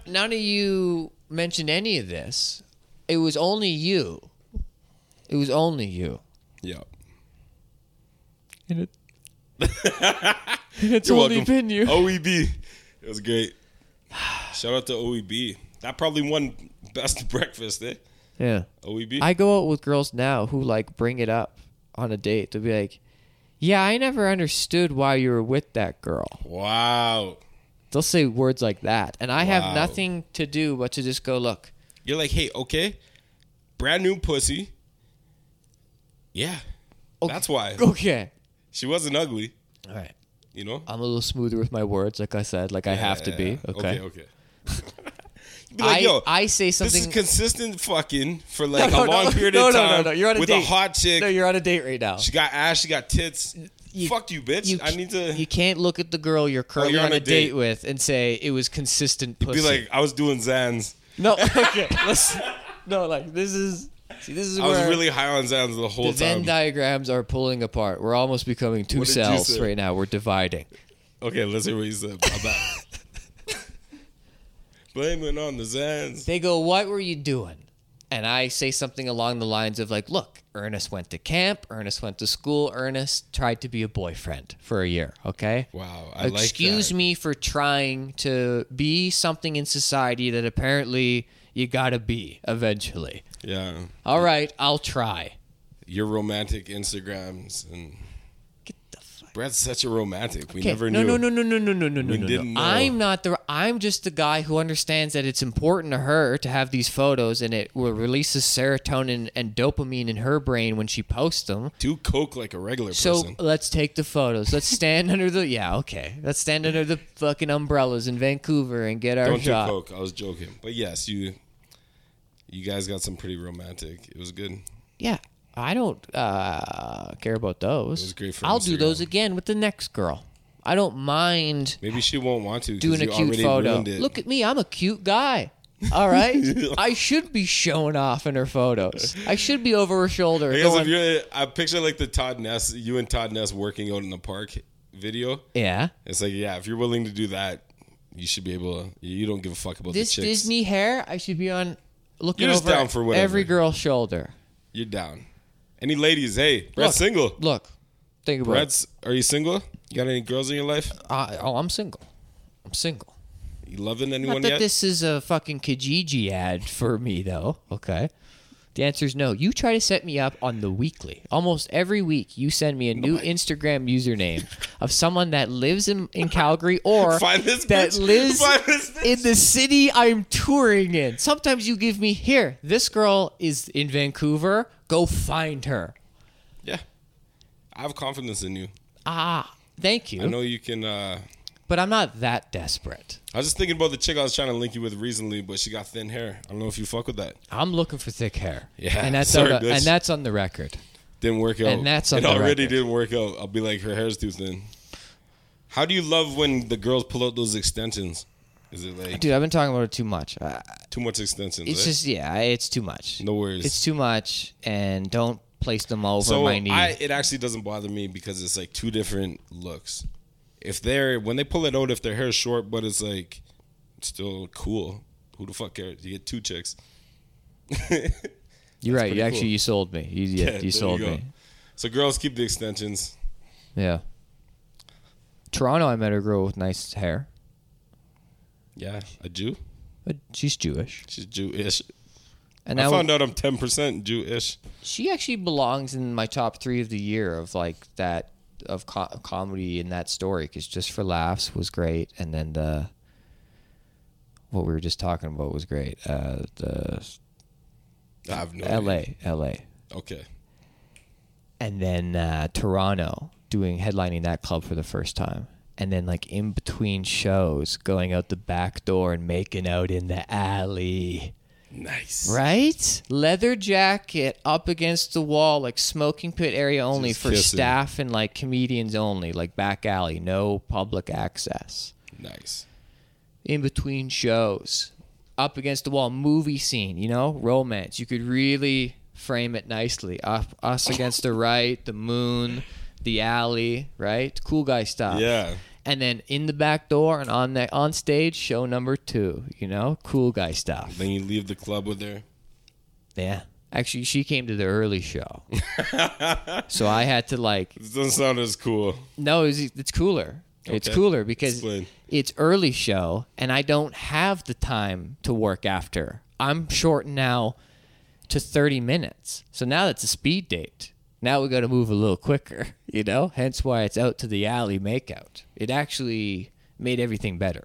E: none of you mentioned any of this. It was only you. It was only [laughs] you.
C: Yeah.
E: And it, it's
C: You're
E: only
C: welcome. Oh.
E: been you.
C: OEB. E It was great. [sighs] Shout out to OEB. That probably won best [laughs] breakfast, eh? E
E: Yeah.
C: OEB.
E: I go out with girls now who like bring it up on a date. They'll be like, "Yeah, I never understood why you were with that girl."
C: wow.
E: They'll say words like that, and I have
C: Wow.
E: nothing to do but to just go, "Look,
C: You're like, hey, okay. brand new pussy. Yeah, that's why
E: Okay.
C: she wasn't ugly.
E: All right.
C: You know.
E: I'm a little smoother with my words, like I said, like I have to be.
C: Yeah.
E: Okay.
C: Okay. okay. [laughs] You'd be like,
E: I-
C: yo,
E: I say something-
C: This is consistent fucking for like
E: No,
C: a
E: no,
C: long
E: no.
C: period
E: No,
C: of
E: no, no,
C: time
E: no. You're on a
C: with
E: date.
C: a hot chick.
E: No, you're on a date right now.
C: she got ass. She got tits.
E: You-
C: Fuck you, bitch.
E: You,
C: I need to Oh,
E: You can't look at the girl you're currently
C: you're
E: on, a date. with and say it was consistent pussy.
C: be like, I was doing Zans. [laughs]
E: no, okay, listen. No, like this is. See, this is
C: I
E: where
C: was really high on Zans the whole
E: the Venn
C: time.
E: diagrams are pulling apart. We're almost becoming two
C: What did you
E: cells
C: say?
E: right now. We're dividing.
C: okay, let's hear what you said.
E: [laughs]
C: I'm back. Blaming on the Zans.
E: They go, "What were you doing?" And I say something along the lines of like, "Look, Ernest went to camp. Ernest went to school. Ernest tried to be a boyfriend for a year. Okay.
C: Wow, I like
E: Excuse
C: that.
E: me for trying to be something in society that apparently you gotta be eventually.
C: Yeah,
E: All right, I'll try.
C: your romantic Instagrams and
E: Get the fuck.
C: Brett's such a romantic. We
E: Okay.
C: never
E: no,
C: knew.
E: no, no, no, no, no, no, no, no, no.
C: didn't know.
E: I'm not the. I'm just the guy who understands that it's important to her to have these photos, and it will releases serotonin and dopamine in her brain when she posts them.
C: Do coke like a regular
E: So
C: person.
E: let's take the photos. Let's stand [laughs] under the. Yeah, okay. Let's stand under the fucking umbrellas in Vancouver and get our
C: Don't do
E: shot.
C: coke. I was joking, but yes, you. You guys got some pretty romantic. It was good.
E: Yeah. I don't uh, care about those.
C: was great for
E: I'll do those
C: Instagram.
E: again with the next girl. I don't mind
C: Maybe she won't want to. 'cause
E: doing a
C: you
E: cute
C: already
E: photo.
C: ruined it.
E: Look at me, I'm a cute guy. All
C: [laughs]
E: right, I should be showing off in her photos. I should be over her shoulder.
C: I guess if
E: going,
C: you're, I picture like the Todd Ness, you and Todd Ness working out in the park video.
E: yeah,
C: It's like, yeah, if you're willing to do that, you should be able to. You don't give a fuck about
E: this
C: the chicks.
E: Disney hair, I should be on looking
C: You're just
E: over
C: down for whatever.
E: every girl's shoulder.
C: You're down. Any ladies? Hey,
E: Look.
C: Brett's single.
E: Look, think about it.
C: Brett's, are you single? You got any girls in your life?
E: I, oh, I'm single. I'm single.
C: You loving
E: Not
C: anyone
E: that
C: yet?
E: this is a fucking Kijiji ad for me, though. Okay. The answer is no. You try to set me up on the weekly. Almost every week, you send me a new Instagram
C: [laughs]
E: username of someone that lives in, in Calgary or
C: [laughs] Find this
E: that
C: bitch.
E: lives
C: Find this bitch.
E: in the city I'm touring in. Sometimes you give me, here, this girl is in Vancouver. Go find her.
C: yeah. I have confidence in you.
E: Ah, thank
C: I
E: you.
C: know you can. uh
E: But I'm not that desperate.
C: I was just thinking about the chick I was trying to link you with recently, but she got thin hair. I don't know if you fuck with that.
E: I'm looking for thick hair.
C: Yeah,
E: And that's,
C: sorry,
E: on, the,
C: bitch.
E: and that's on the record.
C: Didn't work out.
E: And that's on
C: it
E: the
C: already
E: record.
C: didn't work out. I'll be like, her hair's too thin. How do you love when the girls pull out those extensions? Is it like
E: Dude, I've been talking about it too much. Uh,
C: too much extensions?
E: it's
C: eh?
E: just yeah, I- it's too much.
C: No worries.
E: It's too much, and don't place them over
C: so
E: my knee.
C: I, it actually doesn't bother me because it's like two different looks. If they're when they pull it out, if their hair's short, but it's like still cool. Who the fuck cares? You get
E: [laughs]
C: two chicks.
E: You're right. You
C: pretty
E: actually
C: cool.
E: you sold me. You, yeah,
C: [laughs] there
E: you sold
C: go.
E: me.
C: So girls keep the extensions.
E: Yeah. Toronto, I met a girl with nice hair.
C: Yeah, a Jew.
E: But she's Jewish,
C: She's Jewish.
E: and
C: I
E: that
C: found out I'm ten percent Jewish.
E: she actually belongs in my top three of the year of like that of co- comedy in that story because just for laughs was great, and then the what we were just talking about was great. Uh, the
C: I have no idea.
E: L.A. L.A.
C: Okay.
E: and then uh, Toronto doing headlining that club for the first time. And then like in between shows, going out the back door and making out in the alley.
C: Nice.
E: Right? Leather jacket up against the wall, like smoking pit area only
C: Just
E: for
C: kissing.
E: staff and like comedians only, like back alley, no public access
C: Nice.
E: in between shows, up against the wall, movie scene, you know, romance. You could really frame it nicely. Up, us against the right, the moon, the alley, right? Cool guy stuff.
C: Yeah.
E: And then in the back door and on the on stage, show number two, you know, cool guy stuff.
C: Then you leave the club with her.
E: Yeah. Actually, she came to the early show, so I had to like
C: This doesn't sound as cool.
E: No, it's, it's cooler. It's
C: Okay.
E: cooler because
C: Explain.
E: it's early show, and I don't have the time to work after. I'm short now to 30 minutes. So now that's a speed date. Now we got to move a little quicker, [laughs] you know? Hence why it's out to the alley makeout. It actually made everything better.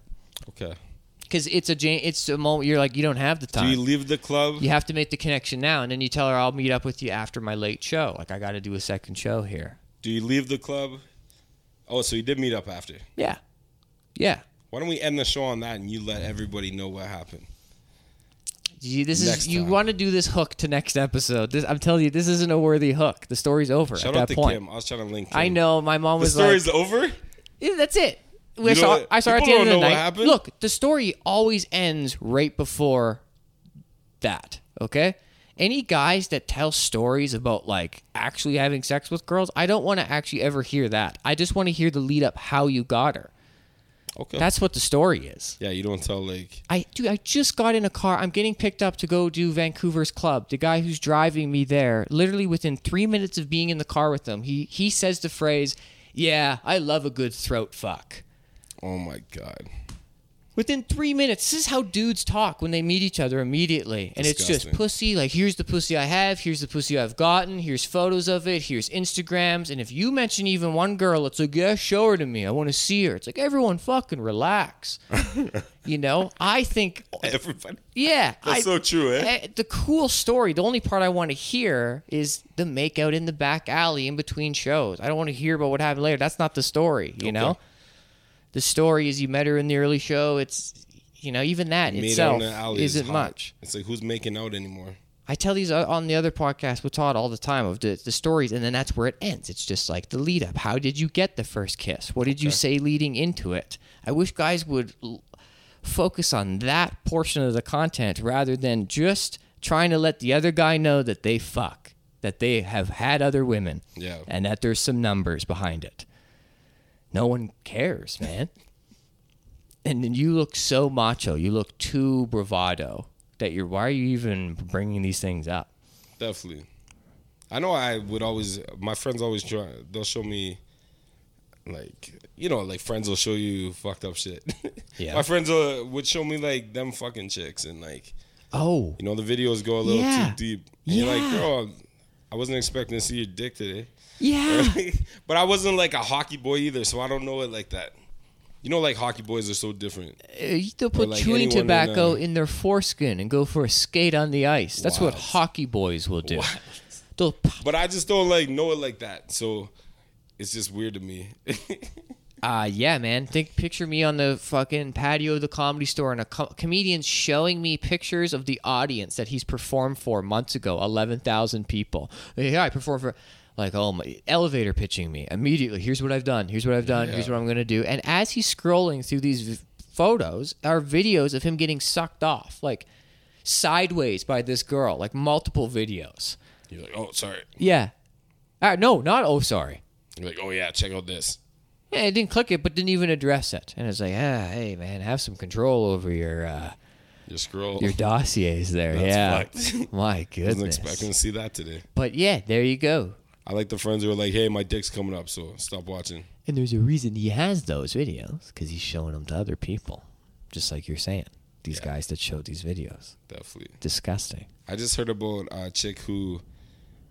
C: Okay.
E: because it's a jan- it's a moment you're like you don't have the
C: Do
E: time.
C: you leave the club?
E: you have to make the connection now, and then you tell her I'll meet up with you after my late show. Like I got to do a second show here.
C: Do you leave the club? Oh, so you did meet up after.
E: Yeah, yeah.
C: Why don't we end the show on that and you let everybody know what happened?
E: You, this
C: Next
E: is you
C: time.
E: want to do this hook to next episode. This, I'm telling you, this isn't a worthy hook. The story's over
C: Shout
E: at
C: out
E: that
C: to
E: point.
C: Kim. I was trying to link. Kim.
E: I know my mom
C: The
E: was
C: story's
E: like,
C: over.
E: "Yeah, "That's it." We
C: You know
E: saw,
C: what?
E: I saw her at the
C: People
E: end of the
C: don't know what
E: night.
C: happened.
E: Look, the story always ends right before that. Okay. Any guys that tell stories about like actually having sex with girls, I don't want to actually ever hear that. I just want to hear the lead up how you got her.
C: Okay.
E: That's what the story is.
C: yeah. You don't tell like.
E: I dude, I just got in a car. I'm getting picked up to go do Vancouver's club. The guy who's driving me there, literally within three minutes of being in the car with them, he he says the phrase, "Yeah, I love a good throat fuck."
C: Oh my god.
E: Within three minutes, this is how dudes talk when they meet each other immediately, and it's
C: Disgusting.
E: just pussy. Like, here's the pussy I have. Here's the pussy I've gotten. Here's photos of it. Here's Instagrams. And if you mention even one girl, it's like, yeah, show her to me. I want to see her. It's like everyone fucking relax.
C: [laughs]
E: you know, I think
C: Everybody.
E: yeah,
C: That's
E: I-
C: so true, eh?
E: eh, The cool story. The only part I want to hear is the makeout in the back alley in between shows. I don't want to hear about what happened later. That's not the story. You know, the story is you met her in the early show. It's you know even that
C: Made out
E: itself
C: in the alley is
E: isn't
C: hot.
E: much.
C: It's like who's making out anymore?
E: I tell these o- on the other podcast with Todd all the time of the, the stories, and then that's where it ends. It's just like the lead up. How did you get the first kiss? What did you say leading into it? I wish guys would l- focus on that portion of the content rather than just trying to let the other guy know that they fuck, that they have had other women,
C: Yeah.
E: and that there's some numbers behind it. No one cares, man. [laughs] And then you look so macho. You look too bravado that you're. Why are you even bringing these things up?
C: Definitely. I know I would always. My friends always try. They'll show me, like you know, like friends will show you fucked up shit. [laughs]
E: Yeah.
C: my friends will, would show me like them fucking chicks and like
E: Oh,
C: you know the videos go a little
E: Yeah.
C: too deep. And You're like,
E: Yeah.
C: girl, I wasn't expecting to see your dick today. [laughs]
E: yeah.
C: but I wasn't like a hockey boy either, so I don't know it like that. You know, like hockey boys are so different.
E: They'll Uh, put
C: like
E: chewing
C: anyone in
E: tobacco
C: a-
E: in, their foreskin and go for a skate on the ice. That's what
C: Wild.
E: hockey boys will do. They'll p-
C: But I just don't like know it like that. So it's just weird to me. [laughs]
E: Uh, yeah, man. Think, picture me on the fucking patio of the comedy store, and a co- comedian showing me pictures of the audience that he's performed for months ago, eleven thousand people. Yeah, I performed for, like, oh my, elevator pitching me immediately. Here's what I've done. Here's what I've done. Here's what I'm gonna do. And as he's scrolling through these v- photos, are videos of him getting sucked off, like sideways by this girl, like multiple videos.
C: You're like, oh, sorry.
E: Yeah. Uh, no, not. Oh, sorry.
C: You're like, oh yeah, check out this.
E: Yeah, it didn't click it, but didn't even address it. And it's like, ah, hey man, have some control over your uh,
C: Your scroll. [laughs]
E: your dossiers there.
C: That's
E: yeah, [laughs]
C: fucked.
E: my
C: [laughs] wasn't
E: goodness.
C: expecting to see that today.
E: But yeah, there you go.
C: I like the friends who are like, hey, my dick's coming up, so stop watching.
E: And there's a reason he has those videos because he's showing them to other people, just like you're saying. These guys that showed these videos,
C: Definitely.
E: disgusting.
C: I just heard about a chick who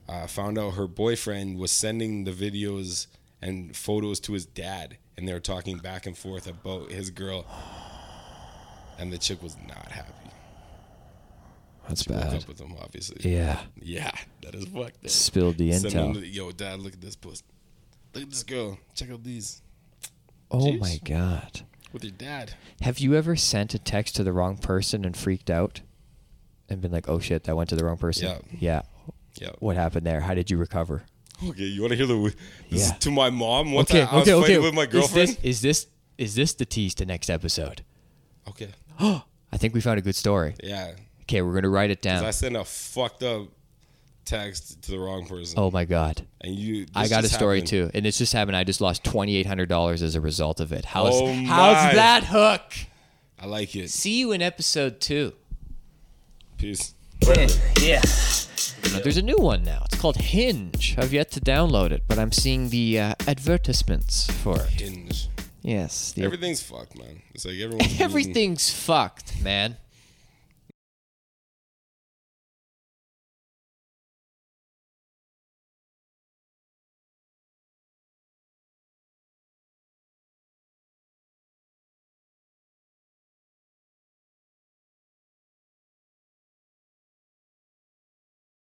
C: uh, found out her boyfriend was sending the videos and photos to his dad, and they were talking back and forth about his girl, and the chick was not happy.
E: That's
C: She broke up with him, obviously.
E: Yeah,
C: Yeah, that is fucked. up.
E: spilled the
C: Send him
E: intel.
C: the- Yo, dad, look at this puss. Look at this girl. Check out these
E: Oh
C: Jeez.
E: my god.
C: with your dad.
E: Have you ever sent a text to the wrong person and freaked out, and been like, "Oh shit, that went to the wrong person."
C: Yeah.
E: Yeah.
C: Yeah.
E: What happened there? How did you recover?
C: Okay, you want to hear the? This
E: Yeah.
C: is to my mom. One time I was fighting with my girlfriend.
E: Is this, is this is this the tease to next episode?
C: okay.
E: I think we found a good story.
C: Yeah.
E: Okay, we're gonna write it
C: 'Cause I
E: down.
C: sent a fucked up text to the wrong person.
E: Oh my god,
C: and you. this
E: I got a
C: just
E: story
C: happened.
E: too, and it's just happened. I just lost twenty eight hundred dollars as a result of it. How's
C: Oh my.
E: how's that hook?
C: I like it.
E: See you in episode two.
C: Peace.
A: Yeah.
E: There's a new one now. It's called Hinge. I've yet to download it, but I'm seeing the uh, advertisements for it.
C: Hinge.
E: Yes, the [laughs]
C: Everything's fucked, man. It's like everyone.
E: Everything's fucked, man.